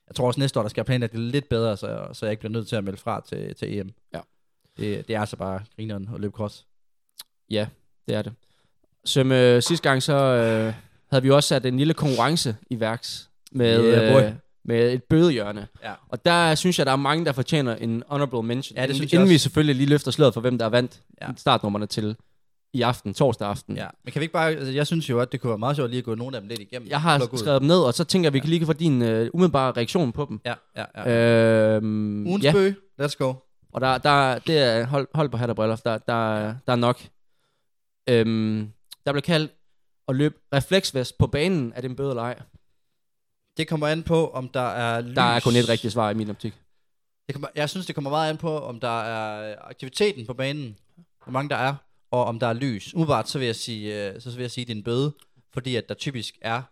jeg tror også næste år, der skal jeg planlægge det lidt bedre, så, så jeg ikke bliver nødt til at melde fra til, til EM. Ja. Det, det er altså bare grineren at løbe cross. Ja, det er det. Som øh, sidste gang, så øh, havde vi også sat en lille konkurrence i værks med, Yeah, boy. øh, med et bødehjørne. Ja. Og der synes jeg, der er mange, der fortjener en honorable mention. Ja, det Inden- synes jeg Inden vi også. selvfølgelig lige løfter sløret for, hvem der vandt Ja. startnummerne til i aften, torsdag aften. Ja. Men kan vi ikke bare, altså, jeg synes jo, at det kunne være meget sjovt lige at gå nogle af dem lidt igennem. Jeg har Plukke ud. skrevet dem ned, og så tænker jeg, vi kan lige få din øh, umiddelbare reaktion på dem. Ja, ja, ja. Øh, Øhm, Ugens ja. bø, let's go. Og der, der, det er hold, hold på hat og briller, for der, der, der er nok. Øhm, der blev kaldt at løbe refleksvest på banen, er det en bøde eller ej? Det kommer an på, om der er lys. Der er kun et rigtigt svar i min optik. Det kommer, jeg synes, det kommer meget an på, om der er øh, aktiviteten på banen, hvor mange der er, og om der er lys. Umiddelbart, så vil jeg sige, øh, så vil jeg sige, det er en bøde, fordi at der typisk er,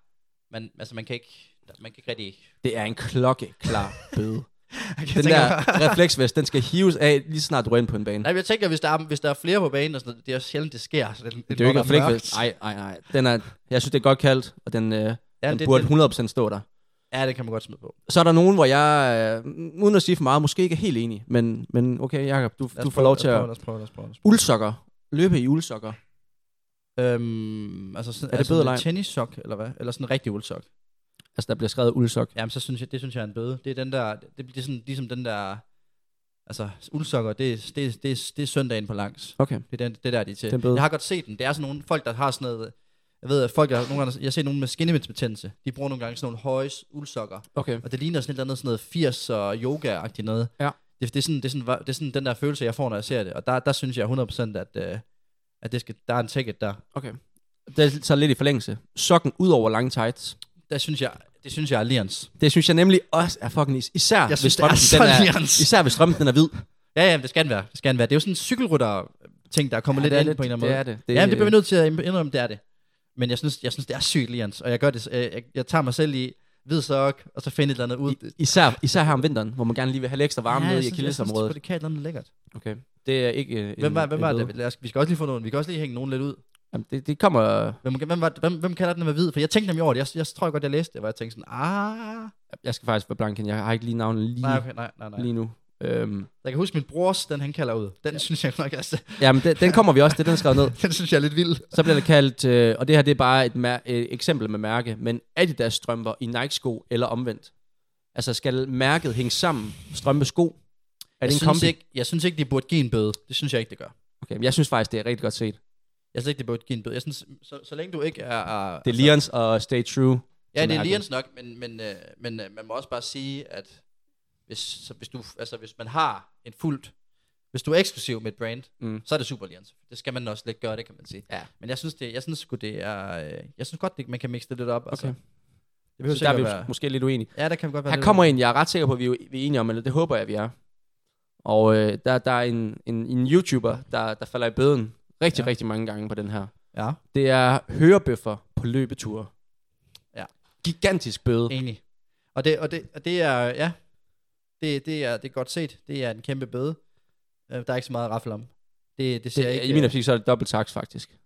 man, altså man kan ikke, der- man kan ikke rigtig... Det er en klokkeklar [laughs] bøde. Jeg [laughs] Den tænker, der refleksvest, den skal hives af lige snart du er inde på en bane. Nej, men jeg tænker, hvis der er, hvis der er flere på banen, og sådan noget, det er jo sjældent, det sker. Så det, det er jo ikke når der mørkt. refleksvest. Nej, nej, nej. Den er, jeg synes, det er godt kaldt, og den, øh, ja, den det- burde det- 100% stå der. Ja, det kan man godt smide på. Så er der nogen, hvor jeg, øh, uden at sige for meget, måske ikke er helt enig, men, men okay, Jacob, du, Lad os du får prøve, lov til lad os at... prøve, Lad os prøve, lad os prøve. Lad os Uldsokker. Løbe i uldsokker. prøve. Øhm, altså, sådan, det altså bøde en eller ej? tennissok, eller hvad? Eller sådan en rigtig uldsok. Altså, der bliver skrevet uldsok. Jamen, så synes jeg, det synes jeg er en bøde. Det er den der, det, det er sådan, ligesom den der, altså uldsokker, det, er- det, er- det, er- det er søndagen på langs. Okay. Det er den, det er der, de er til. Den bøde. Jeg har godt set den. Det er sådan nogle folk, der har sådan noget, jeg ved, at folk, der, nogle gange, jeg har set nogen med skinnemændsbetændelse, de bruger nogle gange sådan nogle høje uldsokker, Okay. og det ligner sådan et eller andet sådan noget 80 og yoga-agtigt noget. Ja. Det, det, er sådan, det, er sådan, det er sådan den der følelse, jeg får, når jeg ser det, og der, der synes jeg 100% at, øh, at det skal, der er en ticket der. Okay. Det er så lidt i forlængelse. Sokken ud over lange tights. Der synes jeg, det synes jeg er lirens. Det synes jeg nemlig også er fucking is. Især, synes, hvis det er strømpen, så den er, lirens. især hvis strømpen den er hvid. Ja, ja, det skal den være. Det skal den være. Det er jo sådan en cykelrytter-ting, der kommer ja, lidt det er an lidt- på en eller anden måde. det er det. Det- ja, men det bliver vi nødt til at indrømme, det er det. Men jeg synes, jeg synes det er sygt, Lians. Og jeg gør det, øh, jeg, jeg, jeg tager mig selv i hvid sok, og så finder et eller andet ud. Især, især her om vinteren, hvor man gerne lige vil have lidt ekstra varme ja, jeg nede i synes- jeg synes, akillesområdet. det kan et eller andet lækkert. Okay. Det er ikke øh, en, Hvem var, hvem en var bøde. det? Lad os, vi skal også lige få nogen. Vi kan også lige hænge nogen lidt ud. Jamen, det, det kommer... Hvem, hvem, var, hvem, hvem kalder den med hvid? For jeg tænkte nemlig over det. Jeg, jeg tror godt, jeg læste det, hvor jeg tænkte sådan, ah... Jeg skal faktisk være blank, Ken. jeg har ikke lige navnet lige, Nej, okay, nej, nej, nej. lige nu. Øhm, Jeg kan huske min brors, den han kalder ud. Den ja. synes jeg nok, altså, ja, men den, den kommer vi også, det er den skrevet ned. [laughs] den synes jeg er lidt vild. Så bliver det kaldt, øh, og det her det er bare et, mær- et eksempel med mærke, men Adidas strømper i Nike-sko eller omvendt. Altså skal mærket hænge sammen, strømpe sko? Er Jeg, det en synes kombi? ikke, jeg synes ikke, de burde give en bøde. Det synes jeg ikke, det gør. Okay, men jeg synes faktisk, det er rigtig godt set. Jeg synes ikke, de burde give en bøde. Jeg synes, så, så længe du ikke er... er altså- Det er Lions og Stay True. Ja, som det er mærke. Lions nok, men, men, øh, men øh, man må også bare sige, at hvis, så hvis, du, altså, hvis man har en fuldt, hvis du er eksklusiv med et brand, Mm. mm. så er det Super Lions. Det skal man også lidt gøre, det kan man sige. Ja. Men jeg synes, det, jeg synes, sgu, det er, øh, jeg synes godt, det, man kan mixe det lidt op. Altså. Okay. Det behøver Så der er sikkert vi være... mås- måske lidt uenige. Ja, der kan vi godt være Her lidt- kommer en, jeg er ret sikker på, at vi er vi er enige om, eller det håber jeg, vi er. Og øh, der, der er en, en, en YouTuber, der, der falder i bøden rigtig, ja. Ja. rigtig mange gange på den her. Ja, Det er hørebøffer på løbeture. Ja. Gigantisk bøde. enig. Og det, og det, og det er, ja, det, det, er, det er godt set. Det er en kæmpe bøde. Øh, Der er ikke så meget at rafle om. Det, det ser Det, ikke... ikke, øh, I min optik, så er det dobbelt tax, faktisk.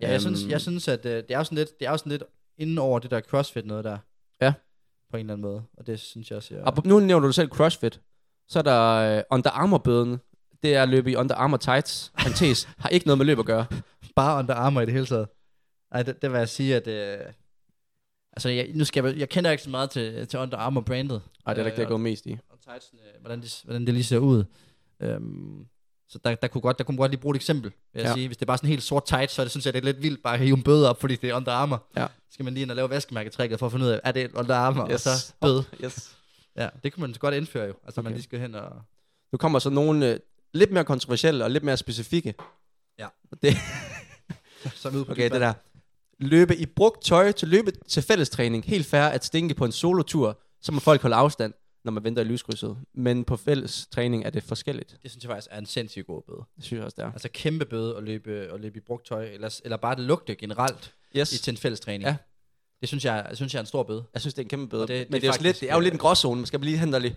Ja, jeg synes, Øhm. jeg synes at øh, det er jo sådan lidt, det er jo sådan lidt inden over det der CrossFit noget der. Ja. På en eller anden måde. Og det synes jeg også, jeg... Ja. Og nu nævner du selv CrossFit. Så er der øh, Under Armour-bøden. Det er at løbe i Under Armour tights. Parentes. har ikke noget med løb at gøre. bare under armor i det hele taget. Ej, det, det vil jeg sige, at... Øh, altså, jeg, nu skal jeg, jeg kender ikke så meget til, til Under Armour brandet. Ej, det er da ikke det, jeg Øh, går mest i. og Tyson, øh, hvordan, det, hvordan det lige ser ud. Øhm, så der, der, kunne godt, der kunne man godt lige bruge et eksempel, vil jeg Ja. ja. sige. Hvis det er bare sådan helt sort tight, så er det, synes jeg, det er lidt vildt bare at hive en bøde op, fordi det er Under Armour. Ja. Så skal man lige ind og lave vaskemærketrækket for at finde ud af, er det Under Armour, yes. og så bøde. Yes. Ja, det kunne man godt indføre jo. Altså, okay. man Okay. lige skal hen og... Nu kommer så nogle øh, lidt mere kontroversielle og lidt mere specifikke. Ja. Det, Så ud på okay, det det der. Løbe i brugt tøj til løbe til fællestræning. Helt fair at stinke på en solotur, så må folk holde afstand, når man venter i lyskrydset. Men på fælles træning er det forskelligt. Det synes jeg faktisk er en sindssygt god bøde. Det synes jeg også, det er. Altså kæmpe bøde at løbe, at løbe i brugt tøj, eller, eller bare at lugte generelt i, Yes. til en fælles træning. Ja. Det synes jeg, synes jeg er en stor bøde. Jeg synes, det er en kæmpe bøde. Og det- det men er det er, faktisk, faktisk- lidt, det er jo lidt en gråzone. Man skal lige hente og lige...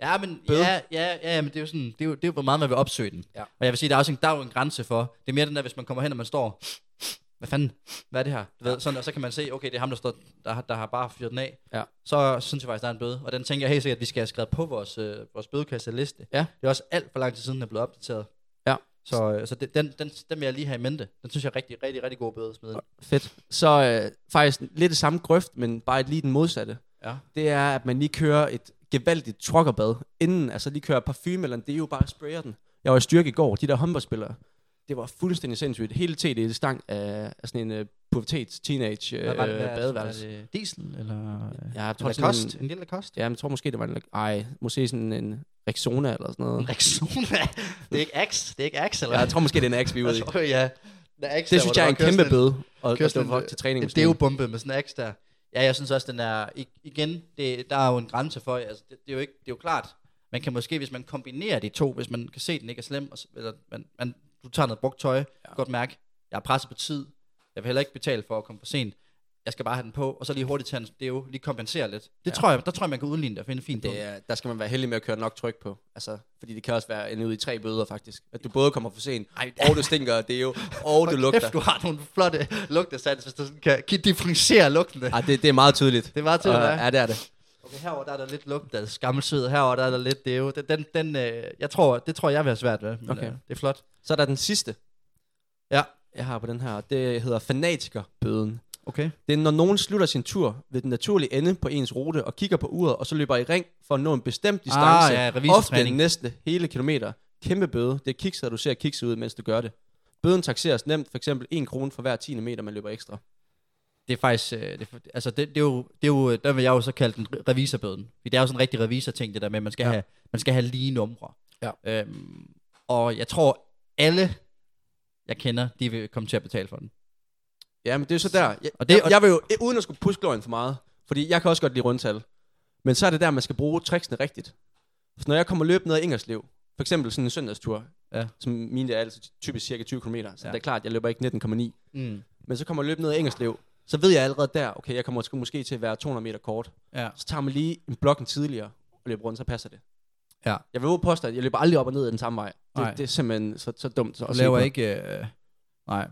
Ja, men, Bøde. ja, ja, ja, men det er jo sådan, det er jo, det er jo, hvor meget man vil opsøge den. Ja. Og jeg vil sige, der er også en, der er jo en grænse for, det er mere den der, hvis man kommer hen, og man står, hvad fanden, hvad er det her? Du ved, sådan, og så kan man se, okay, det er ham, der, står, der, har- der har bare fyret den af. Ja. Så synes jeg faktisk, der er en bøde. Og den tænker jeg helt sikkert, at vi skal have skrevet på vores, øh, vores bødekasteliste. Ja. Det er også alt for lang tid siden, den er blevet opdateret. Ja. Så, øh, så det, den, den, den vil jeg lige have i mente. Den synes jeg er rigtig, rigtig, rigtig god bøde at smide ind. Fedt. Så øh, faktisk lidt det samme grøft, men bare lige den modsatte. Ja. Det er, at man lige kører et gevaldigt trokkerbad inden, altså lige kører parfume eller en deo, bare sprayer den. Jeg var i styrke i går, de der håndboldspillere, det var fuldstændig sindssygt. Hele TD det stank af, af sådan en øh, pubertets teenage øh, Hvad var det, hvad er det, badeværelse. Er det diesel, eller... Ja, jeg tror, Eller sådan kost? En, En lille kost? ja, jeg tror måske, det var en, ej, måske sådan en Rexona eller sådan noget. En Rexona? [laughs] det er ikke Axe, det er ikke Axe, eller Ja, jeg tror måske, det er en Axe, vi [laughs] er ude i. Jeg tror, ja. Den axe der, hvor Det synes der bare jeg er en kører kæmpe sådan bøde, og, kører og sådan det var en- til træning. Det er jo bombe med sådan en axe der. Ja, jeg synes også, den er... i- Igen, det, der er jo en grænse for... Altså, det, det, er jo ikke, det er jo klart, man kan måske, hvis man kombinerer de to, hvis man kan se, at den ikke er slem, og, s- eller man, man, du tager noget brugt tøj, ja. godt mærke, jeg er presset på tid, jeg vil heller ikke betale for at komme for sent, jeg skal bare have den på, og så lige hurtigt tage en, det er jo lige kompensere lidt. Det ja. tror jeg, der tror jeg, man kan udligne det og finde en fin punkt. Det er, der skal man være heldig med at køre nok tryk på. Altså, fordi det kan også være ende ud i tre bøder, faktisk. At du både kommer for sent, Ej, og du stinker af deo, og du Hold lugter. Kæft, du har nogle flotte lugtesans, hvis du sådan kan, kan differentiere lugtene. Ej, det, det er meget tydeligt. Det er meget tydeligt, hva'? ja, det er det. Okay, herover der er der lidt lugt af skammelsved, herover der er der lidt det er jo, den, den, den øh, jeg tror, det tror jeg vil have svært ved, men Okay. okay. øh, det er flot. Så er der den sidste, Ja, jeg har på den her. Det hedder fanatikerbøden. okay. Det er, når nogen slutter sin tur ved den naturlige ende på ens rute og kigger på uret, og så løber i ring for at nå en bestemt distance. Ah, ja, ofte revisortræning. næste hele kilometer. Kæmpe bøde. Det er kikser, du ser kikse ud, mens du gør det. Bøden taxeres nemt, for eksempel 1 krone for hver 10. meter, man løber ekstra. Det er faktisk, øh, det, er for- altså det, det, er jo, det er jo, øh, der vil jeg jo så kalde den re- revisorbøden. Fordi det er jo sådan en rigtig revisorting, det der med, at man skal, Ja. ja. have, man skal have lige numre. Ja. Øhm, og jeg tror, alle jeg kender, de vil komme til at betale for den. Ja, men det er så der. Jeg, og Og det- det, jeg, og- jeg vil jo, eh, uden at skulle puske løgn for meget, fordi jeg kan også godt lide rundtal. Men så er det der, man skal bruge tricksene rigtigt. Så når jeg kommer løbet ned ad Ingerslev, for eksempel sådan en søndagstur, Ja. som mine er altid typisk cirka 20 km, så ja. Ja. det er klart, jeg løber ikke 19,9. Mm. Men så kommer jeg løbet ned ad Ingerslev, så ved jeg allerede der, okay, jeg kommer sgu måske til at være 200 meter kort. Ja. Så tager man lige en blokken tidligere og løber rundt, så passer det. Ja. Jeg vil jo påstå, at jeg løber aldrig op og ned ad den samme vej. Nej. Det, det er simpelthen så, så dumt. Så Du laver ikke... Øh, nej.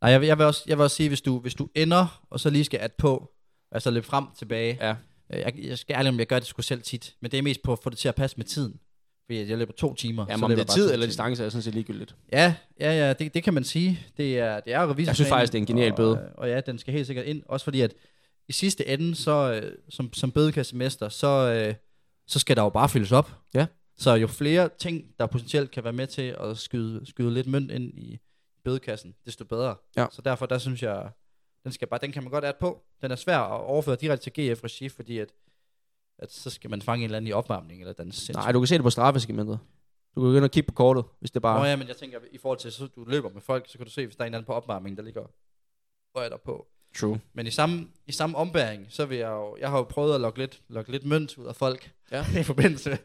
Nej, jeg, vil- jeg, vil også, jeg vil også sige, hvis du, hvis du ender, og så lige skal at på, altså løbe frem tilbage, Ja. Øh, Jeg, jeg skal ærlig om, jeg gør det sgu selv tit, men det er mest på at få det til at passe med tiden. fordi jeg løber to timer. Ja, så men om løber jeg det er bare tid to eller timer. distance, er sådan set ligegyldigt. Ja, ja, ja, det, det kan man sige. Det er, det er revisor. Jeg synes faktisk, det er en genial bøde. Og, og ja, den skal helt sikkert ind. Også fordi, at i sidste ende, så, øh, som, som bødekassemester, så, øh, så skal der jo bare fyldes op. Ja. Så jo flere ting, der potentielt kan være med til at skyde, skyde lidt mønt ind i bødekassen, desto bedre. Ja. Så derfor, der synes jeg, den, skal bare, den kan man godt at på. Den er svær at overføre direkte til GF-regi, fordi at, at så skal man fange en eller anden i opvarmning, eller den Nej, du kan se det på straffeskrimentet. Du kan begynde at kigge på kortet, hvis det bare... Nå ja, men jeg tænker, i forhold til, så du løber med folk, så kan du se, hvis der er en eller anden på opvarmningen, der ligger og er der på. True. Men i samme, i samme ombæring, så vil jeg jo, jeg har jo prøvet at lokke lidt, lokke lidt mønt ud af folk Ja. [laughs] i forbindelse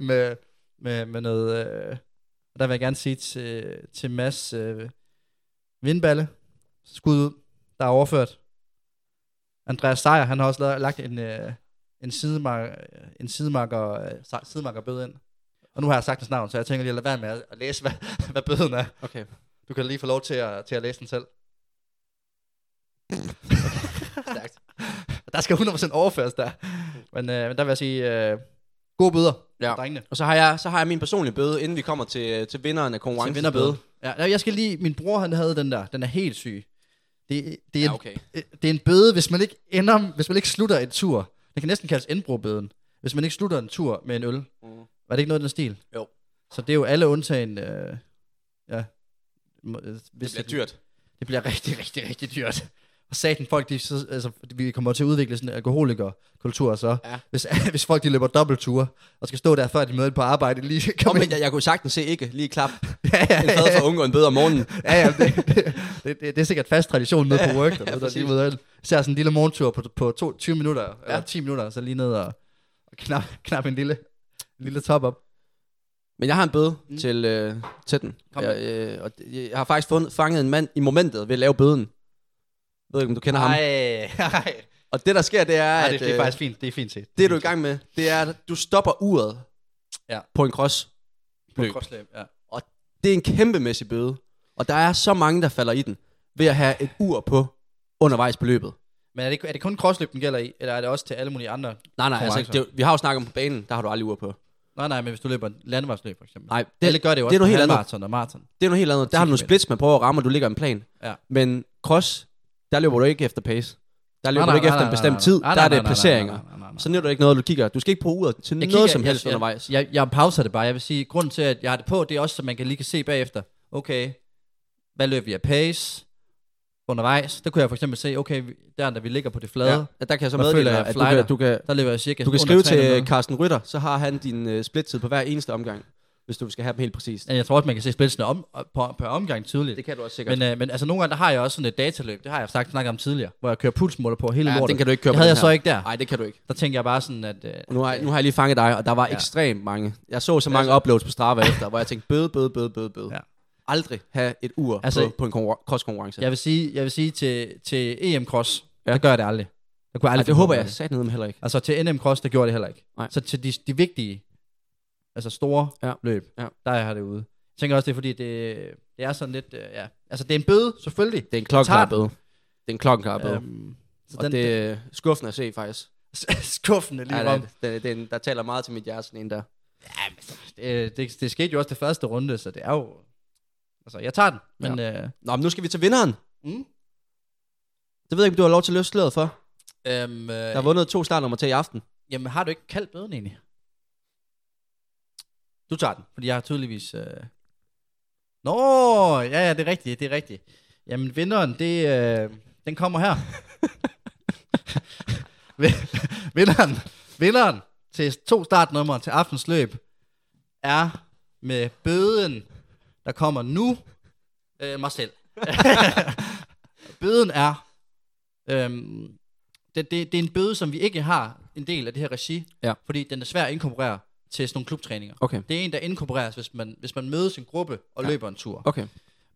med, med, med noget, øh, og der vil jeg gerne sige til, til Mads øh, Vindballe, skud ud, der er overført. Andreas Seier, han har også lavet, lagt en, øh, en, sidemarker, en sidemarker, øh, se- sidemarkerbøde ind. Og nu har jeg sagt hans navn, så jeg tænker lige at lade være med at at læse, hvad, [laughs] hvad bøden er. Okay. Du kan lige få lov til at, til at læse den selv. [laughs] Stærkt. Der skal 100% overføres der. Men, øh, men der vil jeg sige, øh, gode bøder, Ja. ja. drengene. Og så har, jeg, så har jeg min personlige bøde, inden vi kommer til, til vinderen af Til konkurrencen. vinderbøde. Ja, nej, jeg skal lige, min bror han havde den der, den er helt syg. Det, det, er, Ja, en, okay. øh, det er en bøde, hvis man ikke ender, hvis man ikke slutter en tur. Den kan næsten kaldes indbrobøden. Hvis man ikke slutter en tur med en øl. Mm. Var det ikke noget af den stil? Jo. Så det er jo alle undtagen, øh, ja. Må- øh, Hvis Det er dyrt. Det bliver rigtig, rigtig, rigtig dyrt. Og satan, folk, de, så, altså, vi kommer til at udvikle sådan en alkoholikerkultur så. Ja. Hvis, [laughs] hvis folk de løber dobbeltture, og skal stå der, før de møder ind på arbejde, lige Nå, komme men jeg, jeg kunne sagtens se ikke lige [laughs] klap ja, ja, en fad for unge og en bøde om morgenen. ja, ja det, det, det, det, er sikkert fast tradition nede på work. Der, ja, ja, der præcis. lige møder ind. Især sådan en lille morgentur på, på to, 20 minutter, ja. eller 10 minutter, så lige ned og, og knap, knap en lille, en lille top op. Men jeg har en bøde mm. til, øh, til den. Kom jeg, øh, og det- jeg har faktisk fundet, fanget en mand i momentet ved at lave bøden. Jeg ved ikke, om du kender ham. nej. Og det, der sker, det er, Ej, at det, det, er øh, faktisk fint, det er fint set. det, du er i gang med, det er, at du stopper uret Ja. på en cross. med. Krossløb, ja. Det er en kæmpemæssig bøde. Og der er så mange, der falder i den ved at have et ur på undervejs på løbet. Men er det, er det kun krossløb, den gælder i, eller er det også til alle mulige andre? Nej, nej, altså, Konkurrencer. det, vi har jo snakket om på banen, der har du aldrig ur på. Nej, nej, men hvis du løber en landevejsløb, for eksempel. Nej, det, alle gør det jo det også er noget helt på andet. halvmarathon og maraton. Det er noget helt andet. Der har du nogle 10 km. splits, man prøver at ramme, og du ligger en plan. Ja. Men cross, der løber du ikke efter pace. Der Nej, løber du nej, ikke nej, efter en nej, nej, bestemt nej. tid. Nej, Der nej, er det nej, nej, placeringer. nej, nej, nej, nej. Så nytter det ikke noget, du kigger. Du skal ikke bruge uret til noget som helst jeg, undervejs. Jeg, jeg, jeg pauser det bare. Jeg vil sige, grunden til, at jeg har det på, det er også, så man kan lige kan se bagefter, okay, hvad løb vi af pace undervejs? Der kunne jeg for eksempel se, okay, vi- der, da vi ligger på det flade, ja. Ja, der kan jeg så Hvad føler meddele dig, jeg? at du Flighter? kan, du kan, der løber jeg cirka du kan under skrive 300. til Carsten Rytter, så har han din øh, splittid på hver eneste omgang, hvis du skal have dem helt præcist. Ja, Jeg tror også, man kan se splitsene om, på, på omgang tydeligt. Det kan du også sikkert. Men, øh, men altså nogle gange, der har jeg også sådan et dataløb, det har jeg sagt snakket om tidligere, hvor jeg kører pulsmåler på hele Ja, lortet. den kan du ikke køre det på havde den jeg så her. ikke der. Nej, det kan du ikke. Der tænker jeg bare sådan, at... Øh, Nu har, nu har jeg lige fanget dig, og der var ja. ekstremt mange. Jeg så så mange uploads på Strava [laughs] efter, hvor jeg tænkte, bøde, bøde, bøde, bøde, bøde. Ja. Ja. Aldrig have et ur altså, Altså- på, på en konkurren- cross-konkurrence. jeg vil sige, jeg vil sige til, til EM Cross, ja. der gør jeg det aldrig. Der kunne jeg Ej, aldrig Altså, det finde håber på at jeg gøre det. sat ned med heller ikke. Altså til NM Cross, der gjorde jeg det heller ikke. Nej. Så til de, de vigtige, altså store Ja. ja. løb, Ja. ja. der er jeg det ude. Jeg tænker også, det er fordi, det, det er sådan lidt, øh, ja. Altså det er en bøde, selvfølgelig. Det er en klokkeklar Tager den. bøde. Det er en klokkeklar bøde. Øhm, så og [laughs] den, det er skuffende at se, faktisk. skuffende lige Ja, ja, om. det, det, det, er en- der taler meget til mit hjerte, sådan en der. Det, det, det skete jo også det første runde, så det er jo... Altså, jeg tager den, men... Ja. Øh, Nå, men nu skal vi til vinderen. Mm. Det ved jeg ikke, om du har lov til at løfte sløret for. øhm, øh, Der har vundet to startnummer til i aften. Jamen, har du ikke kaldt bøden egentlig? Du tager den, fordi jeg har tydeligvis... Øh... Nå, ja, ja, det er rigtigt, det er rigtigt. Jamen, vinderen, det, øh, den kommer her. Vin- vinderen, vinderen til to startnumre til aftens løb er med bøden, der kommer nu, øh, mig selv. bøden er... Øh, det, det, det er en bøde, som vi ikke har en del af det her regi, Ja. fordi den er svær at inkorporere til sådan nogle klubtræninger. Okay. Det er en, der inkorporeres, hvis man, hvis man mødes en gruppe og ja. løber en tur. Okay,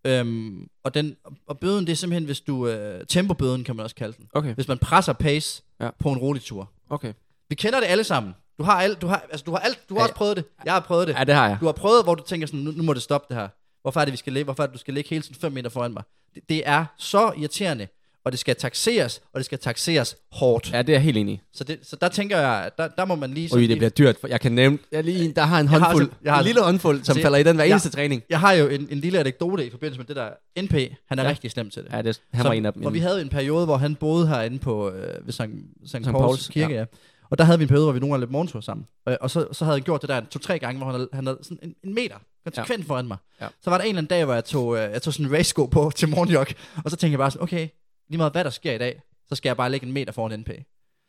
Øhm, og, den, og bøden, det er simpelthen, hvis du... Øh, tempobøden kan man også kalde den. okay, Hvis man presser pace Ja. ja. på en rolig tur. okay. Vi kender det alle sammen. Du har, alt, du har, altså, du har, alt, du har Ja, også prøvet det. Jeg har prøvet det. Ja, det har jeg. Du har prøvet, hvor du tænker sådan, nu, nu må det stoppe det her. Hvorfor er det, vi skal ligge? Hvorfor er det, du skal ligge hele tiden 5 meter foran mig? Det, det er så irriterende. og det skal taxeres, og det skal taxeres hårdt. Ja, det er jeg helt enig i. Så, det, så der tænker jeg, at der, der må man lige... Ui, sådan det lige- bliver dyrt. For jeg kan nævne, jeg lige, en- der har en har håndfuld, altså- jeg har en lille håndfuld, som Se, falder i den hver jeg- eneste træning. Jeg har jo en, en lille anekdote i forbindelse med det der NP. Han er Ja. ja. rigtig slem til det. Ja, det, han Så- var en af dem. Og vi havde en periode, hvor han boede herinde på øh, ved Sankt, Sankt, Sankt Sankt Pauls, Pauls, Kirke. Ja. Og der havde vi en periode, hvor vi nogle gange løb morgentur sammen. Og, og så, så havde han gjort det der to-tre gange, hvor han havde, han havde sådan en, en meter konsekvent ja. foran mig. Ja. Ja. Så var der en eller anden dag, hvor jeg tog, øh, jeg tog sådan en race-sko på [laughs] til morgenjog. Og så tænkte jeg bare sådan, okay, lige meget hvad der sker i dag, så skal jeg bare lægge en meter foran NP.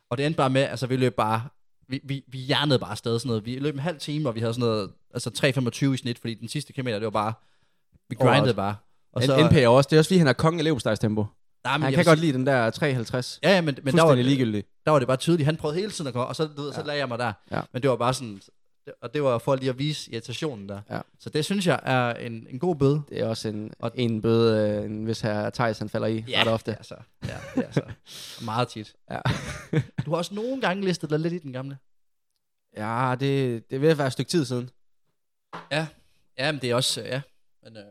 Og det endte bare med, altså vi løb bare, vi, vi, vi hjernede bare afsted sådan noget. Vi løb en halv time, og vi havde sådan noget, altså 3,25 i snit, fordi den sidste kilometer, det var bare, vi Overalt. grindede bare. Og så, NP er også, det er også fordi, han er kongen af Leopoldsdagstempo. nej, men Han jeg kan vil godt lide den der 53. Ja, ja, men, men der, var Fuldstændig det, ligegyldig. der var det bare tydeligt. Han prøvede hele tiden at komme, og så, du ved, så Ja. lagde jeg mig der. Ja. Men det var bare sådan, og det var for lige at vise irritationen der. Ja. Så det synes jeg er en, en god bøde. Det er også en, Og- en bøde, øh, en, hvis her Thijs han falder i ret ofte. altså, ja, det er så meget tit. Ja. [laughs] Du har også nogle gange listet dig lidt i den gamle. ja, det, det er ved at være et stykke tid siden. Ja, men det er også, øh, ja. Men, øh,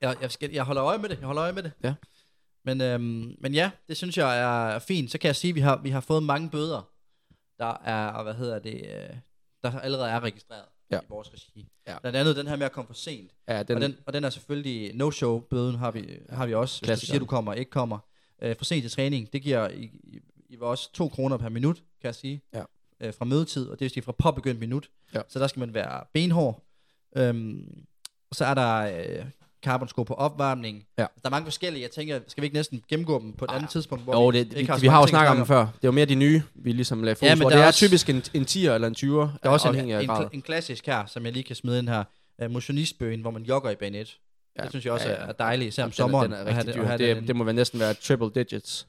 jeg, jeg, skal, jeg holder øje med det, jeg holder øje med det. Ja. Men, øhm, men ja, det synes jeg er fint. Så kan jeg sige, at vi har, vi har fået mange bøder, der er, hvad hedder det, øh, der allerede er registreret Ja. ja. i vores regi. Ja. Blandt andet den her med at komme for sent. Ja, Den, den, og, den, og den er selvfølgelig no-show-bøden har vi, har vi også. Hvis du Klassikeren. siger, du kommer, ikke kommer. Øh, for sent til træning, det giver i, i, i også 2 kroner per minut, kan jeg sige. Ja. Øh, fra mødetid, og det vil sige fra påbegyndt minut. Ja. Så der skal man være benhård. Øhm, og så er der øh, carbonsko på opvarmning. Ja. Ah. Der er mange forskellige. Jeg tænker, skal vi ikke næsten gennemgå dem på et andet tidspunkt? jo, det, vi, ikke vi, så vi mange har jo ting at snakket om snakke dem før. Det var mere de nye, vi ligesom lagde fokus Ja, ja, men på. Og der Det er er også- typisk en, en 10'er eller en 20'er, Der er også en, en, afhængig af grad. kla- en klassisk her, som jeg lige kan smide ind her. Øh, motionistbøgen, hvor man jogger i bane 1. Ja, det synes jeg også ja, ja. er dejligt, især om Den er- sommeren. Den er at have rigtig at dyr. have Det, den- det må være næsten være triple digits.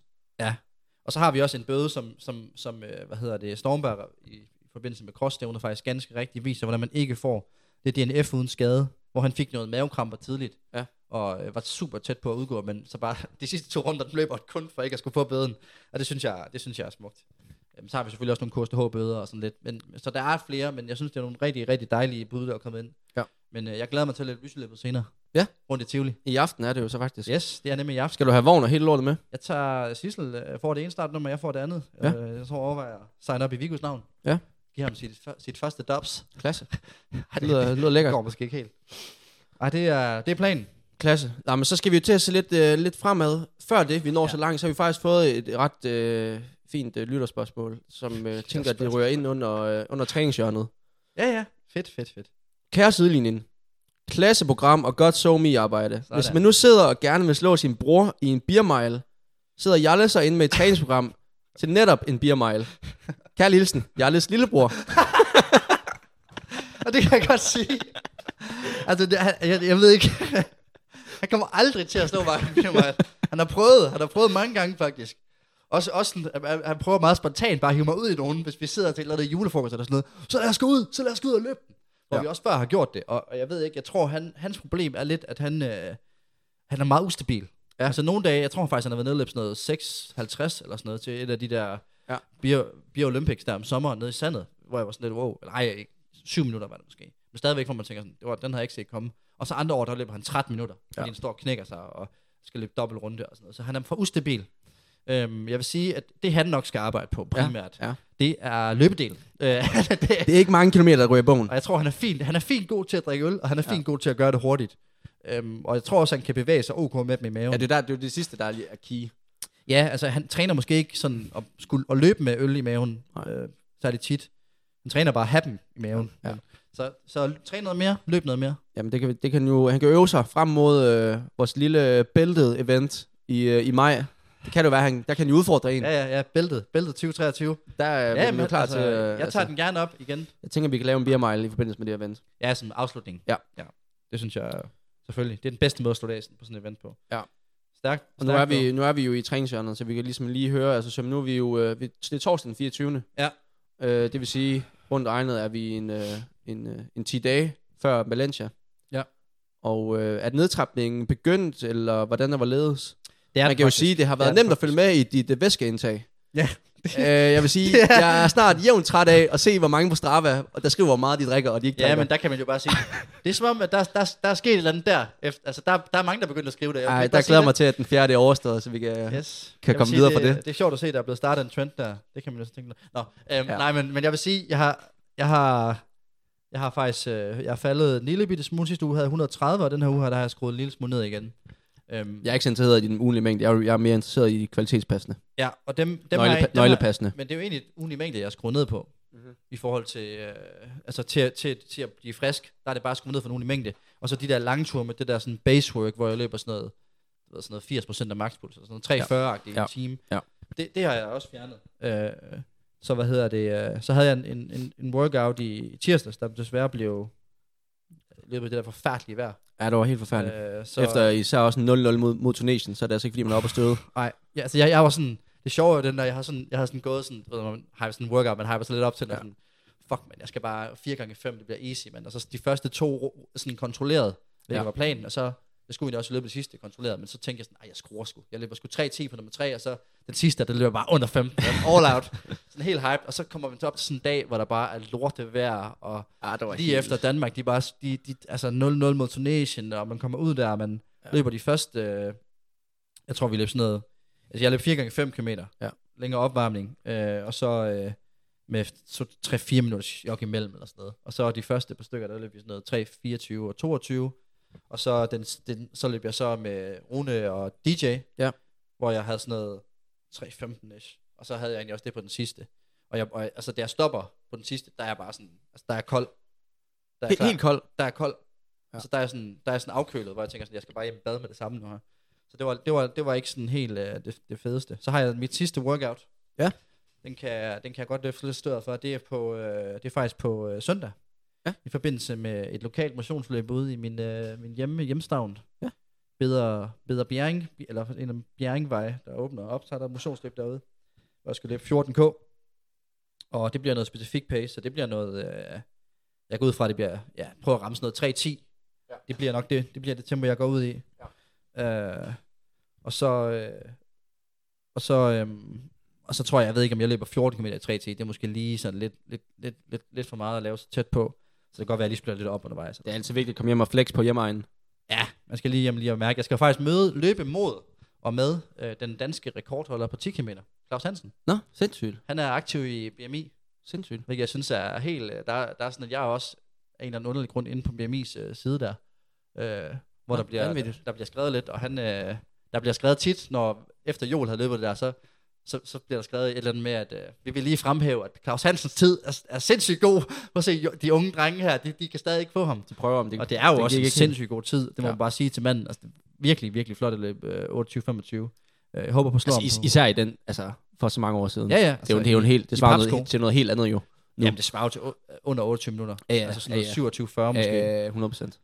Og så har vi også en bøde, som, som, som øh, hvad hedder det, Stormberg i, i forbindelse med crossstævnet faktisk ganske rigtigt viser, hvordan man ikke får det er DNF uden skade, hvor han fik noget mavekramper tidligt, Ja. og øh, var super tæt på at udgå, men så bare [laughs] de sidste to runder, den løber kun for ikke at skulle få bøden, og det synes jeg, det synes jeg er smukt. Øhm, så har vi selvfølgelig også nogle KSTH-bøder og sådan lidt, men, så der er flere, men jeg synes, det er nogle rigtig, rigtig dejlige bud, der er kommet ind. Ja. Men øh, jeg glæder mig til at løbe lysløbet senere. Ja. Rundt i Tivoli. I aften er det jo så faktisk. Yes, det er nemlig i aften. Skal du have vogn og hele lortet med? Jeg tager Sissel, øh, får det ene startnummer, jeg får det andet. Ja. Ja. Jeg tror overvejer at signe op i Vigos navn. Ja. Giv ham sit, fø- sit første dubs. Klasse. Ej, Det lyder, det [laughs] lyder det lækkert. går måske ikke helt. Ej, det er, det er planen. Klasse. Nej, men så skal vi jo til at se lidt, øh, lidt fremad. Før det, vi når ja. Ja. så langt, så har vi faktisk fået et ret øh, fint øh, lytterspørgsmål, som øh, tænker, at det rører ind under, øh, under træningshjørnet. Ja, ja. Fedt, fedt, fedt. Kære sidelinjen, klasseprogram og godt so me arbejde. Sådan. Hvis man nu sidder og gerne vil slå sin bror i en biermile, sidder Jalle så inde med et træningsprogram til netop en biermile. Kære Lilsen, Jalles lillebror. Og det kan jeg godt sige. altså, det, han, jeg, jeg ved ikke. han kommer aldrig til at slå mig. mig. Han har prøvet. Han har prøvet mange gange, faktisk. Også, også sådan, at- at han prøver meget spontant bare at hive mig ud i nogen, hvis vi sidder til et eller andet julefrokost eller sådan noget. Så lad os gå ud, så lad os gå ud og løbe den. Hvor Ja. ja. vi også før har gjort det. Og, og jeg ved ikke, jeg tror, han, hans problem er lidt, at han, øh, han er meget ustabil. Ja. Altså nogle dage, jeg tror faktisk, han har været nede og løbet sådan noget 56 eller sådan noget til et af de der Ja. ja. Beer, Beer Olympics der om sommeren nede i sandet, hvor jeg var sådan lidt, wow, eller ej, ikke, syv minutter var det måske. Men stadigvæk, hvor man tænker sådan, det var, den havde jeg ikke set komme. Og så andre år, der løber han 13 minutter, fordi Ja. ja. han står og knækker sig og skal løbe dobbelt runde og sådan noget. Så han er for ustabil. Øhm, jeg vil sige, at det han nok skal arbejde på primært, Ja, ja. det er løbedelen. Øh, [laughs] det, Det er ikke mange kilometer, der ryger i bogen. og jeg tror, han er fint. Han er fint god til at drikke øl, og han er fint god til at gøre det hurtigt. Øhm, og jeg tror også, han kan bevæge sig ok med dem i maven. Ja, det er, der, det er jo det sidste, der er lige at kigge. Ja, altså han træner måske ikke sådan at, skulle, at løbe med øl i maven, øh, så er det tit. Han træner bare at have dem i maven. Ja. Så, så træn noget mere, løb noget mere. Jamen, det kan, vi- det kan jo, han kan øve sig frem mod øh, vores lille bæltet event i, øh, i maj. Det kan det jo være, han, der kan han jo udfordre en. Ja, Ja, ja, ja, bæltet, bæltet 2023. der er ja, Ja, vi jo klar altså, altså, til... Øh, jeg tager den gerne op igen. jeg tænker, vi kan lave en biermile i forbindelse med det event. Ja, som afslutning. Ja. ja. Det synes jeg selvfølgelig. Det er den bedste måde at slutte af sådan- på sådan et event på. øh, Ja. Stærkt. Og nu stærkt er, vi, gået. nu er vi jo i træningsjørnet, så vi kan ligesom lige høre, altså som nu er vi jo, øh, vi, det er torsdag den 24. Ja. Øh, det vil sige, rundt regnet er vi en, øh, en, øh, en 10 dage før Valencia. Ja. Og øh, er nedtrapningen begyndt, eller hvordan der var ledes? Det er Man den kan jo faktisk. sige, det har Det er været den nemt at følge med i dit øh, væskeindtag. Ja, øh, jeg vil [laughs] sige, jeg er snart jævnt træt af at se, hvor mange på Strava, og der skriver, hvor meget de drikker, og de ikke Ja, drikker. men der kan man jo bare sige, det er som om, at der, der, der er sket et eller andet der. Efter, altså, der, der er mange, der er begyndt at skrive det. Jeg kan Ej, ikke der bare sige glæder jeg det. mig til, at den fjerde er overstået, så vi kan... Yes. Yes. kan Jeg vil komme sige, videre fra det, det. Det er sjovt at se, der er blevet startet en trend der. Det kan man jo sådan tænke. Nå, øhm, Ja. ja. nej, men, men jeg vil sige, jeg har, jeg har, jeg har faktisk, øh, jeg har faldet en lille bitte smule. Sidste uge havde jeg 130, og den her uge her, der har jeg skruet en lille smule ned igen. Øhm, Jeg er ikke så interesseret i den ugenlige mængde. Jeg er, jeg er mere interesseret i de kvalitetspassende. ja, og dem, dem, har, Nøgle, jeg- dem har, nøglepassende. Men det er jo egentlig ugen i mængde, jeg har skruet ned på. Mm-hmm. I forhold til, øh, altså til, til, til at blive frisk, der er det bare skruet ned for nogen i mængde. Og så de der lange ture med det der sådan base work, hvor jeg løber sådan noget, hvad, sådan noget 80% af makspuls, sådan noget 340-agtigt ja. i Ja. en time. Ja. Det, det har jeg også fjernet. Øh, så hvad hedder det, øh, så havde jeg en, en, en, en workout i tirsdags, der desværre blev løbet i det der forfærdelige vejr. Ja, det var helt forfærdeligt. Øh, så, Øh, Efter især også en 0-0 mod, mod Tunesien, så er det altså ikke, fordi man er oppe og [laughs] støde. Nej, ja, altså jeg, jeg var sådan, det sjove er jo den der, jeg har sådan, jeg har sådan gået sådan, ved du, man har sådan en workout, man hyper sig lidt op til, ja. sådan, fuck man, jeg skal bare 4 gange 5 det bliver easy, man. Og så de første to ro- sådan kontrolleret, det Ja. ja. var planen, og så, jeg skulle egentlig også løbe det sidste kontrolleret, men så tænkte jeg sådan, nej, jeg skruer sgu. Jeg løber sgu 3-10 på nummer 3, og så den sidste, der løber bare under 15, all out. Sådan helt hype, og så kommer vi op til sådan en dag, hvor der bare er lorte vejr, og Ah, det var lige efter Danmark, de bare, de, de, altså 0-0 mod Tunesien, og man kommer ud der, og man ja. løber de første, øh, jeg tror vi løb sådan noget, altså jeg løb 4 gange 5 km, Ja. længere opvarmning, øh, og så øh, med så 3-4 minutter jog imellem, eller sådan noget. Og så de første par stykker, der løb vi sådan noget 3, 24 og 22, og så, den, den, så løb jeg så med Rune og DJ, Ja. hvor jeg havde sådan noget 3-15-ish, og så havde jeg egentlig også det på den sidste. Og, jeg, og altså, da jeg stopper på den sidste, der er jeg bare sådan, altså, der er jeg kold. Der er jeg Helt, klar helt kold. der er kold. Ja. Så der er, sådan, der er sådan afkølet, hvor jeg tænker sådan, jeg skal bare hjem i bad med det samme nu her. Så det var, det var, det var ikke sådan helt øh, det, det, fedeste. Så har jeg mit sidste workout. Ja. Den kan, den kan jeg godt løfte lidt støret for. Det er, på, øh, det er faktisk på øh, søndag. Ja. I forbindelse med et lokalt motionsløb ude i min, øh, min hjemme, hjemstavn. Ja. Bedre, bedre Bjerring, eller en af Bjerringvej, der åbner op, så er der et motionsløb derude. Hvor jeg skal løbe 14K. Og det bliver noget specifik pace, så det bliver noget... Øh, jeg går ud fra, at det bliver... Ja, prøv at ramme sådan noget 3-10. Ja. Det bliver nok det. Det bliver det tempo, jeg går ud i. Ja. Øh, og så... Øh, og så... Øh, og så tror jeg, jeg ved ikke, om jeg løber 14 km i 3 10 Det er måske lige sådan lidt, lidt, lidt, lidt, lidt for meget at lave så tæt på. Så det kan godt være, at jeg lige spiller lidt op undervejs. Det er altid vigtigt at komme hjem og flex på hjemmeegnen. Ja, man skal lige hjem lige og mærke. Jeg skal faktisk møde, løbe mod og med øh, den danske rekordholder på 10 km. Claus Hansen. Nå, sindssygt. Han er aktiv i BMI. Sindssygt. Hvilket jeg synes er helt... øh, Der, der er sådan, at jeg er også af en eller anden underlig grund inde på BMI's øh, side der, øh, hvor Nå, der bliver, der, vanvittigt. der bliver skrevet lidt, og han, øh, der bliver skrevet tit, når efter Joel havde løbet det der, så, så, så bliver der skrevet et eller andet med, at øh, vi vil lige fremhæve, at Claus Hansens tid er, er sindssygt god. Prøv at se, jo- de unge drenge her, de, de kan stadig ikke få ham. De prøver om det. Og det er jo også gik en ikke. sindssygt god tid, det må Ja. ja. man bare sige til manden. Altså, det er virkelig, virkelig flot at løbe øh, 28-25. Øh, Jeg håber på slår Altså, altså, is- især i den, altså for så mange år siden. Ja, ja. det er jo, Altså, det er jo en helt, det i svarer noget, papsko. til noget helt andet jo. Nu. Jamen, det svarer jo til o- under 28 minutter. Ja, ja, altså sådan noget ja, ja. 27-40 måske. Øh, 100 procent.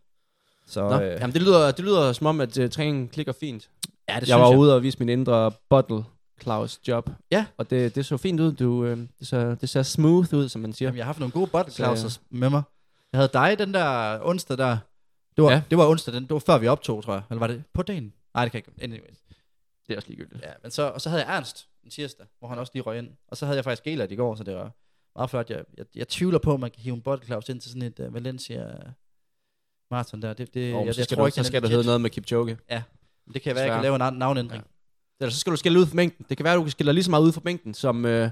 så, øh, Nå, jamen det lyder, det lyder som om, at uh, træningen klikker fint. Ja, det jeg var ude og vise min indre bottle Claus job. Ja. Og det, det så fint ud. Du, øh, det, så, det ser smooth ud, som man siger. Jamen, jeg har haft nogle gode bottleclausers Så- øh, med mig. Jeg havde dig den der onsdag der. Det var, Ja. ja. det var onsdag, den, det var før vi optog, tror jeg. Eller var det på dagen? Nej, det kan jeg ikke. Anyways. det er også ligegyldigt. Ja, men så, og så havde jeg Ernst den tirsdag, hvor han også lige røg ind. Og så havde jeg faktisk Gelert i går, så det var meget flot. Jeg, jeg, jeg tvivler på, at man kan hive en bottleclaus ind til sådan et uh, Valencia marathon der. Det, det, Og, jeg, så jeg skal, du, ikke, så den er skal det legit. hedde noget med Kipchoge. Men Det kan være, at jeg kan Desværre. lave en anden navnændring. Ja. Eller så skal du skille ud for mængden. Det kan være, at du kan skille dig lige så meget ud for mængden, som, øh,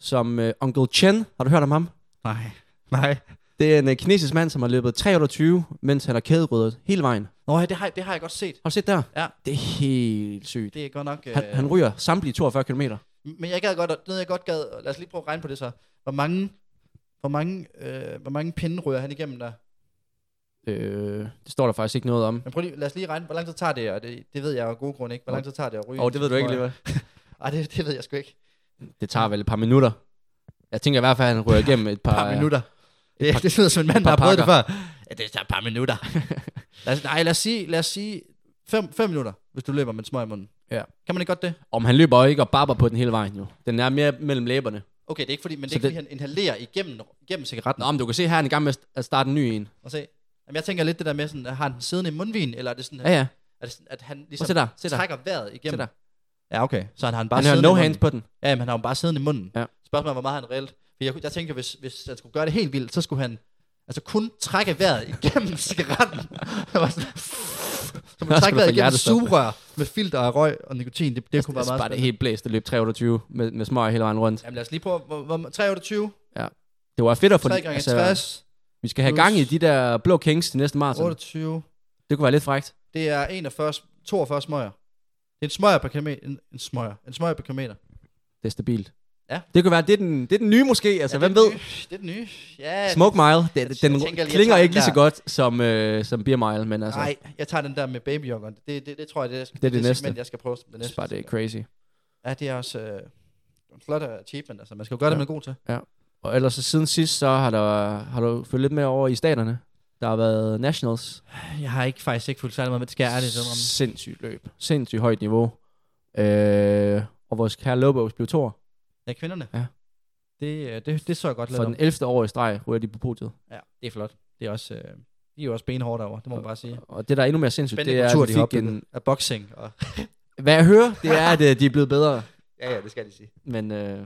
som øh, Uncle Chen. Har du hørt om ham? Nej. Nej. Det er en øh, kinesisk mand, som har løbet 320, mens han har kæderyddet hele vejen. Nå, ja, det har, det har jeg godt set. Har du set der? Ja. Det er helt sygt. Det er godt nok... Han, øh, han ryger samtlige 42 km. Men jeg gad godt, at- noget jeg godt gad, lad os lige prøve at regne på det så. Hvor mange, hvor mange, øh, hvor mange pinde rører han igennem der? Øh, det står der faktisk ikke noget om. Men prøv lige, lad os lige regne, hvor lang tid tager det, og det, det ved jeg jo af gode grunde ikke. Hvor lang tid tager det at ryge? Åh, det ved du ikke lige, Nej, det, det ved jeg sgu ikke. Det tager vel et par minutter. Jeg tænker i hvert fald, at han [laughs] ryger igennem et par... øh, Et par minutter. Det, par- det lyder som en mand, der par har prøvet det før. Ja, det tager et par minutter. [laughs] lad os, nej, lad os sige, lad os sige fem, fem minutter, hvis du løber med en smøg i munden. Ja. Kan man ikke godt det? Om han løber jo ikke og barber på den hele vejen jo. Den er mere mellem læberne. Okay, det er ikke fordi, men det Så er ikke, det- fordi han inhalerer igennem, igennem cigaretten. Nå, men du kan se her, han er i gang med at starte en ny en. Og se. Jamen, jeg tænker lidt det der med, sådan, har han den siddende i mundvin, eller er det sådan, Ja, ja. at, at han Prøv ligesom at se der. Se der. trækker vejret igennem. Se der. Ja, okay. Så han har den bare Han har siddende no i hands munden. på den. Ja, men han har jo bare siddende i munden. Ja. Spørgsmålet er, hvor meget han reelt... For jeg, jeg tænker, hvis, hvis han skulle gøre det helt vildt, så skulle han altså kun trække vejret igennem [laughs] cigaretten. Han var sådan, så man trække skulle vejret få igennem et hjertestop. sugerør med filter af røg og nikotin. Det, det kunne være Altså meget bare det spændende. helt blæst, det løb 320 med, med smøg hele vejen rundt. Jamen lad os lige prøve. Hvor, hvor, 328, Det var fedt at få... 3 gange altså, 60, vi skal have gang i plus- de der blå kings til næste maraton. 28. Det kunne være lidt frækt. Det er 41, 42 smøger. Det er en smøger per kilometer. En, en smøger. En smøger per kilometer. Det er stabilt. Ja. Det kunne være, det er den, det er den nye måske. Altså, ja, hvem det er ved? den nye- Det er den nye. Ja, Smoke Mile, den, Jeg den tænker lige, jeg klinger tager ikke lige så den der. godt som, øh, som Beer Mile, men altså, Nej, jeg tager den der med babyjoggeren. Det, det, det tror jeg, det er det, det næste. segment, jeg skal prøve som det jeg synes næste. bare, det er crazy. Ja, det er også øh, en flot achievement. Altså, man skal jo gøre ja. Ja. det, man er god til. Og ellers så siden sidst, så har, der, har du følt lidt med over i staterne. Der har været nationals. Jeg har ikke faktisk ikke fuldt særlig meget med det, skal jeg ærligt indrømme. Sindssygt løb. Sindssygt højt niveau. Øh, og vores kære Lobos blev toer. Ja, kvinderne. Ja. Det, øh, det, det så jeg godt lidt For om. den 11. år i streg ryger de på podiet. Ja, det er flot. Det er også, øh, de er jo også benhårde derovre, det må man bare sige. Og det, der er endnu mere sindssygt, Spændende det er, kultur, at de de har fik opbygget en... af boxing. Og... Hvad jeg hører, [laughs] det er, at øh, de er blevet bedre. Ja, ja, det skal de sige. Men øh, ja,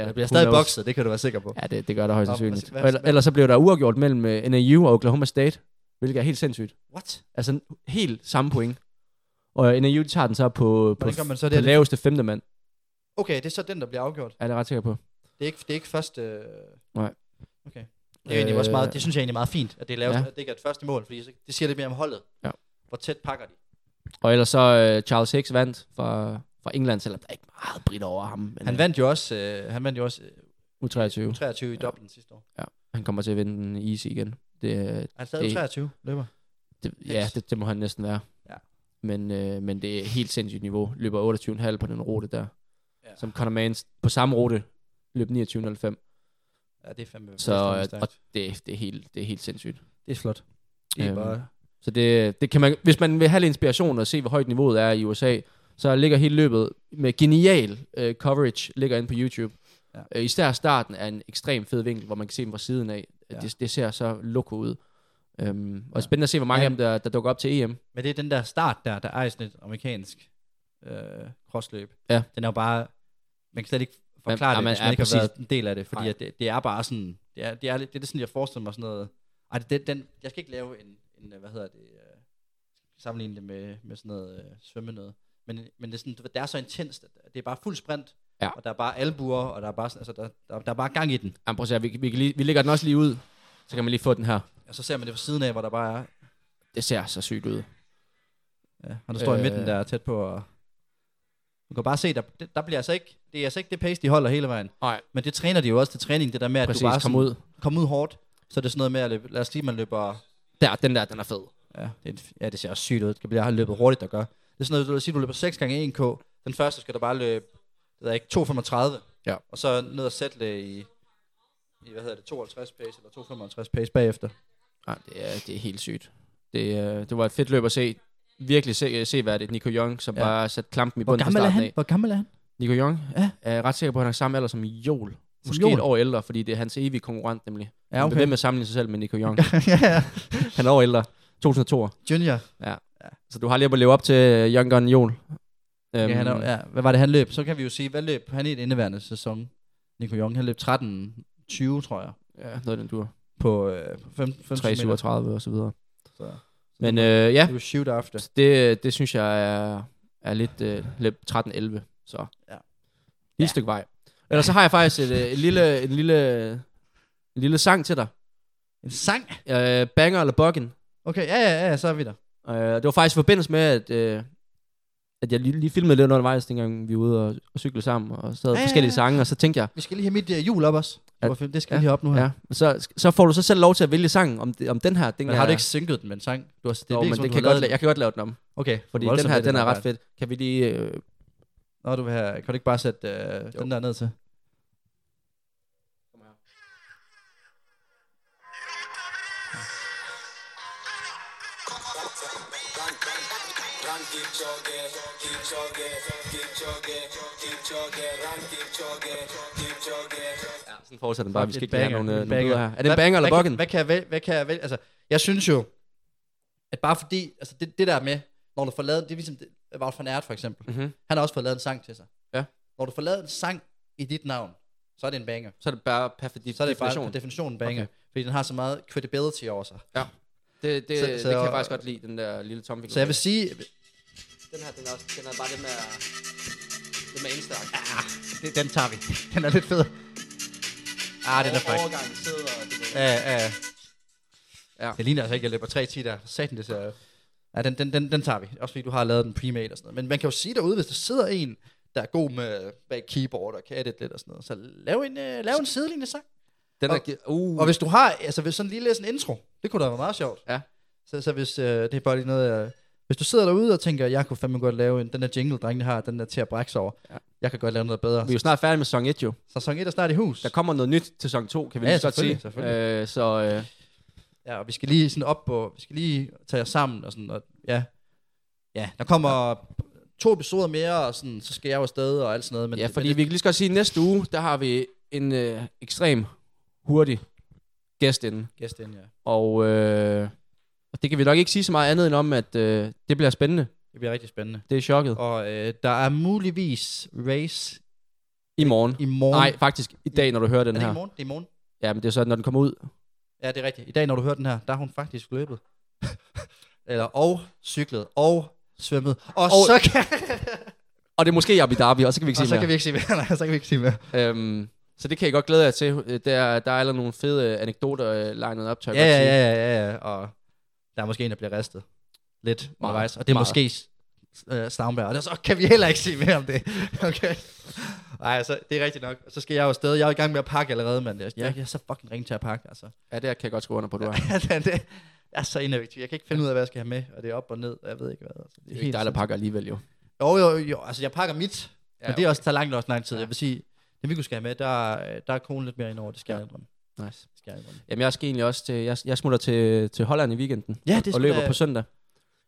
Ja, det bliver who stadig knows? bokset, det kan du være sikker på. Ja, det, det gør der højst Nå, hvad- sandsynligt. hvad- Og Eller, hvad- ellers så blev der uafgjort mellem øh, NAU og Oklahoma State, hvilket er helt sindssygt. What? Altså n- helt samme point. Og øh, NAU de tager den så på, på, Hvordan gør man så på det? her? laveste femte mand, Okay, det er så den, der bliver afgjort. er jeg ret sikker på. Det er ikke, det er ikke første... øh, Nej. Okay. Det, er jo egentlig også Øh, meget, det synes jeg egentlig er meget fint, at det, er lavet, ja. ja. at det ikke er et første mål, fordi så- det siger lidt mere om holdet. Ja. Hvor tæt pakker de. Og ellers så øh, Charles Hicks vandt fra, fra England, selvom der er ikke meget brit over ham. Men, Han vandt jo også, øh, han vandt jo også øh, U23. 23 i Dublin sidste år. Han kommer til at vinde den easy igen. Det, øh, Er Han stadig Det- 23 løber. Det, ja, Yes. det, det må han næsten være. Ja. Men, øh, men det er helt sindssygt niveau. Løber 28,5 på den rute der. Ja. Ja. Som Conor Mans på samme rute løb 29,05. Ja, det er fandme Så det er fandme øh, og stærkt. det, er- det, er helt, det er helt sindssygt. det er flot. Det er Øhm, bare, Så det, det kan man, hvis man vil have lidt inspiration og se, hvor højt niveauet er i USA, så ligger hele løbet med genial øh, coverage ligger inde på YouTube. Ja. Ja. Øh, især starten er en ekstrem fed vinkel, hvor man kan se dem fra siden af. Ja. Ja. Det, det ser så loco ud. Øhm, og Ja. ja. spændende at se, hvor mange Ja. af dem, der, der dukker op til E EM. men det er den der start der, der er sådan et amerikansk øh, crossløb. Ja. Den er jo bare, man kan slet ikke forklare Ja, det, men- hvis man ja, ikke har præcis. været en del af det, fordi Nej. at det, det, er bare sådan, det er, det er, lidt- det er sådan, jeg forestiller mig sådan noget, ej, det, det- den, jeg skal ikke lave en, en øh, hvad hedder det, øh, sammenligne det med, med sådan noget øh, svømme noget, men, men det, er sådan, du ved, det er så intenst, at det er bare fuld sprint, Ja. og der er bare albuer, og der er bare, sådan- altså, der, der, der er bare gang i den, Jamen, prøv at se, her, vi, vi, kan lige, vi lægger den også lige ud, så kan man lige få den her. og så ser man det fra siden af, hvor der bare er, Det ser så sygt ud. Ja, han der står øh, i midten Øh. der tæt på. Og man kan bare se, der, det- der bliver altså ikke, det er altså ikke det pace, de holder hele vejen. Nej. Men det træner de jo også til træning, det der med, at Præcis, du bare kom sådan, ud. kom ud hårdt. Så er det sådan noget med at løbe, lad os sige, man løber, Der, den der, den er fed. ja det, er en- ja, det ser også sygt ud, det bliver løbet hurtigt, der gør. Det er sådan noget, du lad os sige, du løber 6 gange 1K, den første skal du bare løbe, det ved jeg ikke, 2,35. Ja. Og så ned og sætte det i, i, hvad hedder det, 52 pace eller 2,55 pace bagefter. Nej, det er, det er helt sygt. Det, øh, det var et fedt løb at se. Virkelig se, øh, se hvad det er. Nico Young, som Ja. ja. bare satte klampen i Hvor bunden fra gammel er starten han? af. Hvor gammel er [laughs] han? Nico Young? Ja. Jeg er ret sikker på, at han er samme alder som Joel. Som Måske Joel? et år ældre, fordi det er hans evige konkurrent nemlig. Ja, Han blev ved med at sammenligne sig selv med Nico Young. ja, ja. han er år ældre. 2002. Junior. Så du har lige at leve op til øh, Young Gun Joel. Øhm, Ja, han er, ja, hvad var det, han løb? Så kan vi jo sige, hvad løb han i den indeværende sæson? Nico Jong, han løb 13-20, tror jeg, ja, noget af den dur. på øh, på fem- 15 meter. 3,37 og så videre. Så. Men øh, ja, Det var shoot after. Så Det, det synes jeg er, er lidt, øh, lidt 13-11, så Ja. ja. et stykke vej. Eller så har jeg faktisk et, øh, et lille, en, lille, en lille sang til dig. En sang? Øh, Banger eller Buggin. Okay, ja, ja, ja, så er vi der. Øh, det var faktisk i forbindelse med, at, øh, at jeg lige, lige filmede lidt undervejs, dengang vi var ude og, og cyklede sammen, og så havde Ja, ja, forskellige ja. sange, og så tænkte jeg, Vi skal lige have mit uh, jul op også. Ja. Hvorfor- Det skal Ja. lige op nu her. ja, så, så får du så selv lov til at vælge sangen om, det- om den her. Den Men her- har du ikke synket den med en sang? Du har, det, Jo, virker men som, det du kan har jeg, godt, lavet la- jeg kan godt lave den om, Okay, fordi voldsomt den her med den er ret arbejde. fed. Kan vi lige... Øh, Nå, du vil have, kan du ikke bare sætte øh, den der ned til? sådan fortsætter den bare, vi Fuck, skal det ikke have banger, nogen, øh, det nogle banger. billeder her. Er det en Hvad- banger eller hvad kan- Buggin? Hvad kan jeg vælge? Hvad kan jeg vælge? Altså, jeg synes jo, at bare fordi, altså det, det der med, når du får lavet, det er ligesom det- Wout van Aert for eksempel, Mhm. han har også fået lavet en sang til sig. Ja. Når du får lavet en sang i dit navn, så er det en banger. Så er det bare per fordi Så er det bare per definition en banger, Okay. okay. fordi den har så meget credibility over sig. Det, det, Så- så, så- det kan jeg faktisk godt lide, den der lille tomfinger. Så jeg vil sige, Den her, den er, også, den er bare det med, det med indstak. det- den tager vi. Den er lidt fed. Ah, den er fræk. Overgangen sidder, og det Ja, ja, ja. Ja. Det ligner altså ikke, at jeg løber 3-10 der. Satan, det ser... Ja, den, den, den, den tager vi. Også fordi du har lavet den pre-made og sådan noget. Men man kan jo sige derude, hvis der sidder en, der er god med bag keyboard og kan edit lidt og sådan noget. Så lav en, øh, lav en sidelinje sang. Den Og- er, gi- uh, Og hvis du har, altså hvis sådan lige læser en intro, det kunne da være meget sjovt. Ja. Så, så hvis, øh, det er bare lige noget, øh, hvis du sidder derude og tænker, jeg kunne fandme godt lave en, den der jingle, drengene har, den der til at brække sig over. Ja. Jeg kan godt lave noget bedre. vi er jo snart færdige med sæson 1 jo. Så sæson 1 er snart i hus. Der kommer noget nyt til sæson 2, kan vi Ja, lige så godt selvfølgelig, sige. selvfølgelig. Øh, så øh, Ja, og vi skal lige sådan op på, vi skal lige tage os sammen og sådan, og ja. Ja, der kommer ja. to episoder mere, og sådan, så skal jeg jo afsted og alt sådan noget. Men, ja, fordi men, vi kan lige så godt sige, at næste uge, der har vi en øh, ekstrem hurtig gæst inden. Gæst ind, ja. Og, øh, og det kan vi nok ikke sige så meget andet end om, at øh, det bliver spændende. Det bliver rigtig spændende. Det er chokket. Og øh, der er muligvis race I morgen. i morgen. Nej, faktisk i dag, når du hører er den det her. i morgen? Det er i morgen. Ja, men det er så, når den kommer ud. Ja, det er rigtigt. I dag, når du hører den her, der har hun faktisk løbet. [laughs] Eller, og cyklet, og svømmet. Og, og [laughs] så, kan, Og det er måske Abu Dhabi, og så kan vi ikke og sige så kan mere. vi ikke sige mere. Nej, så kan vi ikke sige mere. Øhm, så det kan jeg godt glæde jer til. Øh, Der, der er allerede nogle fede øh, anekdoter øh, legnet op, tør jeg Ja, godt ja, sige. ja, ja, ja, ja. Og der er måske en, der bliver ristet lidt undervejs. Og det er meget. måske øh, Stavnberg. Og det- så kan vi heller ikke sige mere om det. [laughs] Okay. Nej, altså, det er rigtigt nok. Og Så skal jeg jo afsted. Jeg er i gang med at pakke allerede, men jeg, jeg, jeg er så fucking ringe til at pakke, altså. Ja, det her kan jeg godt skrive under på, du er. [laughs] det, det er så ineffektivt. Jeg kan ikke finde ud af, hvad jeg skal have med, og det er op og ned, og jeg ved ikke hvad. Altså, Det er ikke dig, der pakker alligevel, jo. Jo, jo, jo. Altså, jeg pakker mit, ja, Ja, men det er også tager langt også lang tid. Jeg vil sige, det vi kunne skal have med, der, øh, der er konen lidt mere ind over, det skal Ja. jeg indrømme. Nice. Det skal jeg indrømme. Jamen, jeg skal egentlig også til, jeg, jeg smutter til, til Holland i weekenden. Ja, det og skal løber da- på søndag.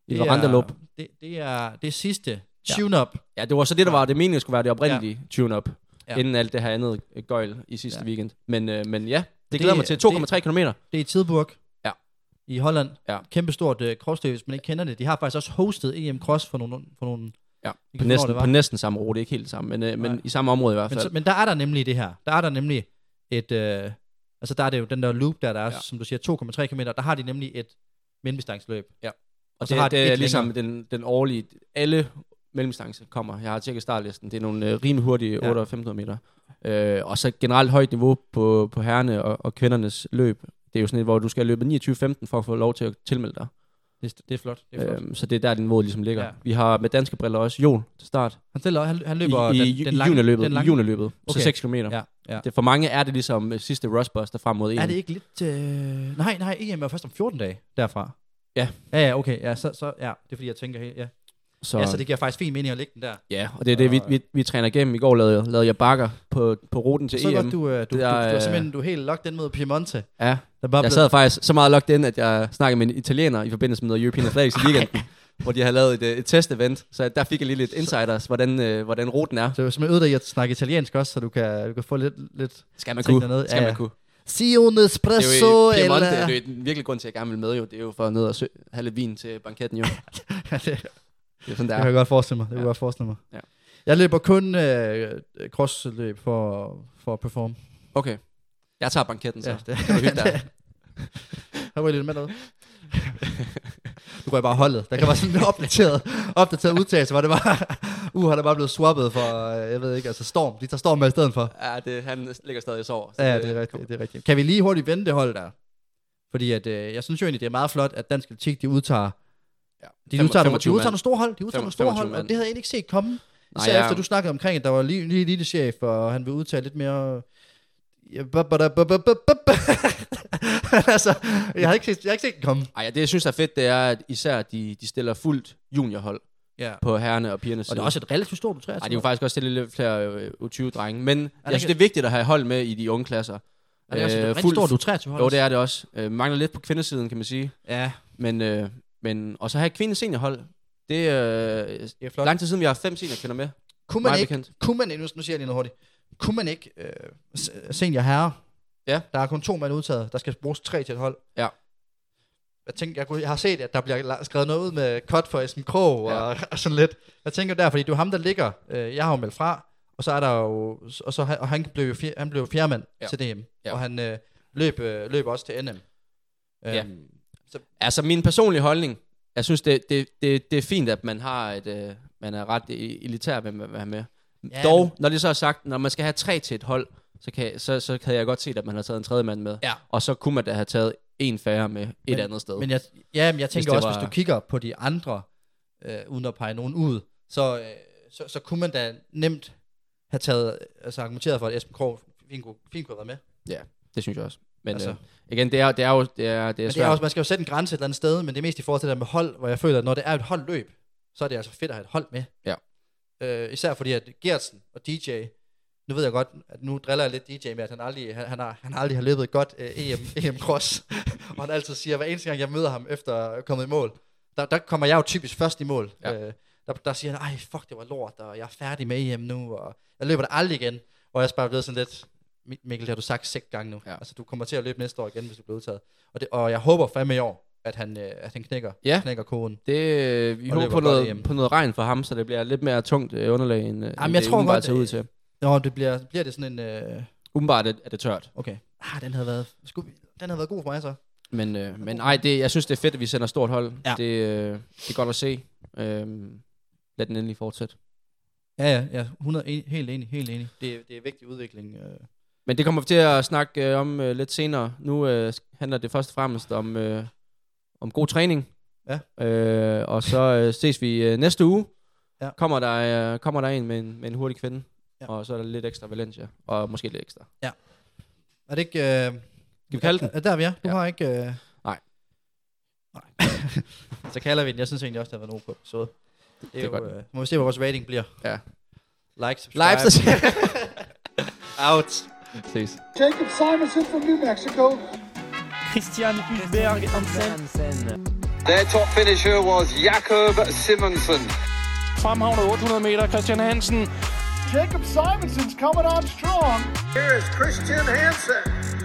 I Det Varandalup. er, det, det, er, det er sidste tune-up. Ja, det var så det, der var det meningen, skulle være det oprindelige tune-up. Ja. Ja. Inden alt det her andet øh, gøjl i sidste Ja. ja. weekend. Men, øh, men ja, det, glæder mig til. 2,3 kilometer. Det er i Tidburg. Ja. I Holland. Ja. Kæmpestort uh, crossløb, hvis man ikke kender det. De har faktisk også hostet EM Cross for nogle... For nogle jeg Ja, kan på ikke, næsten, hvornår på næsten samme rute. Ikke helt samme, men, øh, men Nej. i samme område i hvert men, fald. så, men der er der nemlig det her. Der er der nemlig et... Øh, altså der er det jo den der loop, der, der er, ja. Ja. som du siger, 2,3 km. Der har de nemlig et mellemdistanceløb. Ja. Og, så det, har det, det er et ligesom længere. den, den årlige, alle mellemstance kommer. Jeg har tjekket startlisten. Det er nogle øh, rimelig hurtige Ja. 8 og 15 meter. Øh, og så generelt højt niveau på, på herrene og, og kvindernes løb. Det er jo sådan et, hvor du skal løbe 29-15 for at få lov til at tilmelde dig. Det, er- det er flot. Det er flot. Øh, Øhm, så det er der, niveauet ligesom ligger. Ja. Ja. Vi har med danske briller også Jon til start. han, stiller, han, han I, løber i, den, den lange. i juniløbet. Den I lange. juniløbet. Okay. Så 6 km. Ja. Ja, ja. Det, for mange er det ligesom øh, sidste Rustbuster frem mod en. Er det ikke lidt... Øh... Nej, nej, EM er først om 14 dage derfra. Ja. Ja, ja, okay. Ja, så, så, ja, det er fordi, jeg tænker helt... Ja. Så, ja, så det giver faktisk fin mening at lægge den der. ja, og det er det, vi, vi, vi træner igennem. I går lavede, lavede jeg bakker på, på ruten til Så EM. godt, du, øh, du, Det er, du, du, du, øh, simpelthen, du er helt locked den mod Piemonte. Ja, Der bare jeg blev- sad faktisk så meget locked in, at jeg snakkede med en italiener i forbindelse med noget European Athletics [laughs] i weekenden, hvor de har lavet et, øh, et test-event, så der fik jeg lige lidt insiders, hvordan, øh, hvordan ruten er. Så jeg vil simpelthen øvet dig i at snakke italiansk også, så du kan, du kan få lidt... lidt Skal man Tænk kunne. dernede, Skal ja, man ja. kunne. Si un Det er espresso, jo i [laughs] Piemonte, eller... det er jo den virkelige grund til, at jeg gerne vil med, jo. det er jo for at ned og sø- have lidt vin til banketten. Jo. Ja, det, det Det er sådan, der kan jeg er. godt forestille mig. Det kan jeg godt forestille mig. Ja. Jeg løber kun øh, crossløb for, for at performe. Okay, jeg tager banketten [laughs] så. Ja, Ja, det- det. Kan du hygge dig? Har du lidt med noget? du går bare holdet. Der kan være sådan en opdateret, opdateret udtalelse, hvor det var... Uh, han er bare [laughs] blevet swappet for, øh, jeg ved ikke, altså Storm. De tager Storm med i stedet for. Ja, det, han ligger stadig og sover. så Ja, det er rigtigt, det er rigtigt. Kan vi lige hurtigt vende det hold der? Fordi at, øh, jeg synes jo egentlig, det er meget flot, at dansk atletik, de udtager, Ja. de udtager, nogle, de 25 udtager mand. nogle store hold, de udtager nogle store 25 hold, og det mand. havde jeg egentlig ikke set komme. Nej, Især jeg- efter du snakkede omkring, at der var lige, lige lille chef, og han vil udtage lidt mere... Ja, ba- ba- da- ba- ba- ba- ba- [laughs] ba. altså, jeg har ikke set, jeg har ikke set den komme. Ej, ja, det jeg synes er fedt, det er, at især de, de stiller fuldt juniorhold Ja. på herrerne og pigernes Og det side. er også et relativt stort U23. Ej, det er jo faktisk også lidt flere øh, U20-drenge. Men jeg synes, ikke- det er vigtigt at have hold med i de unge klasser. er det også et Øh, rigtig fuld- stort U23-hold. Jo, det er det også. Øh, mangler lidt på kvindesiden, kan man sige. Ja, Men, øh, men og så have et kvinde seniorhold. Det øh, det er er flot. lang tid siden, vi har haft fem seniorkvinder med. Kunne man Mig ikke, bekendt. kunne man, nu, nu siger jeg lige noget hurtigt, kunne man ikke, øh, se- senior herre, Ja. der er kun to mand udtaget, der skal bruges tre til et hold. Ja. jeg, tænkte, jeg, kunne, jeg har set, at der bliver la- skrevet noget ud med cut for Esben Krog og, ja. [laughs] og, sådan lidt. Jeg tænker der, fordi det er jo ham, der ligger. Øh, jeg har jo meldt fra, og så er der jo, og, så, og han blev jo fjer, han blev jo fjerdemand Ja. ja. til DM, Ja. ja. og han øh, løb, øh, løb også til NM. Ja. Øhm, Altså min personlige holdning, jeg synes, det, det, det, det er fint, at man har et, øh, man er ret e- elitær, hvem man vil have med. Ja, Ja, Dog, men- når det så er sagt, når man skal have tre til et hold, så kan, så, så kan jeg godt se, at man har taget en tredje mand med. Ja. Og så kunne man da have taget en færre med et andet sted. Men jeg, ja, men jeg tænker det også, var- hvis du kigger på de andre, øh, uden at pege nogen ud, så, øh, så, så kunne man da nemt have taget, altså argumenteret for, at Esben Krog fint kunne, fint kunne have været med. Ja, det synes jeg også. Men altså. Altså. øh, igen, det er, det er jo det er, det er Men det svært. er også, man skal jo sætte en grænse et eller andet sted, men det er mest i forhold til det der med hold, hvor jeg føler, at når det er et holdløb, så er det altså fedt at have et hold med. Ja. Øh, især fordi, at Gertsen og DJ, nu ved jeg godt, at nu driller jeg lidt DJ med, at han aldrig, han, han har, han aldrig har løbet et godt øh, EM, [laughs] EM Cross, og han altid siger, hver eneste gang, jeg møder ham efter at være kommet i mål, der, der kommer jeg jo typisk først i mål. Ja. Ja. Øh, der, der siger han, ej, fuck, det var lort, og jeg er færdig med EM nu, og jeg løber der aldrig igen. Og jeg er bare blevet sådan lidt, "Mi- Mikkel, det har du sagt seks gange nu. Ja. Ja. Altså, du kommer til at løbe næste år igen, hvis du bliver udtaget. Og, det, og jeg håber fandme i år, at han, øh, at han knækker, Ja. knækker koden. Det, øh, vi Og håber løber på godt noget, hjem. på noget regn for ham, så det bliver lidt mere tungt øh, underlag, end, Jamen, end jeg det tror umiddelbart godt, ser ud øh, til. Nå, det bliver, bliver det sådan en... Øh, Umiddelbart er, er det tørt. okay. Ah, den havde været, sku, den havde været god for mig så. Men, øh, men ej, det, jeg synes, det er fedt, at vi sender et stort hold. Ja. Det, øh, det er godt at se. Øhm, lad den endelig fortsætte. Ja, ja, ja. 100, en, helt enig, helt enig. Det, det er vigtig udvikling. Øh. Men det kommer vi til at snakke øh, om øh, lidt senere. Nu øh, handler det først og fremmest om, øh, om god træning. Ja. Øh, og så øh, ses vi øh, næste uge. Ja. Ja. Kommer, der, øh, kommer der en med en, med en hurtig kvinde. Ja. Ja. Og så er der lidt ekstra Valencia. Og måske lidt ekstra. Er det ikke... Øh, Skal vi kalde den? er, der er vi er. Du Ja. ja. har ikke... Øh... Nej. Nej. [laughs] så kalder vi den. Jeg synes egentlig også, det har været en ok episode. Det, det er er jo, godt. øh, må vi se, hvad vores rating bliver. Ja. Like, subscribe. Live, så [laughs] out. ses. Jacob Simonson from New Mexico. Christian Hulberg Hansen. Their top finisher was Jakob Simonsen. Fremhavnet 800 meter, Christian Hansen. Jacob Simonson's coming on strong. Here is Christian Hansen.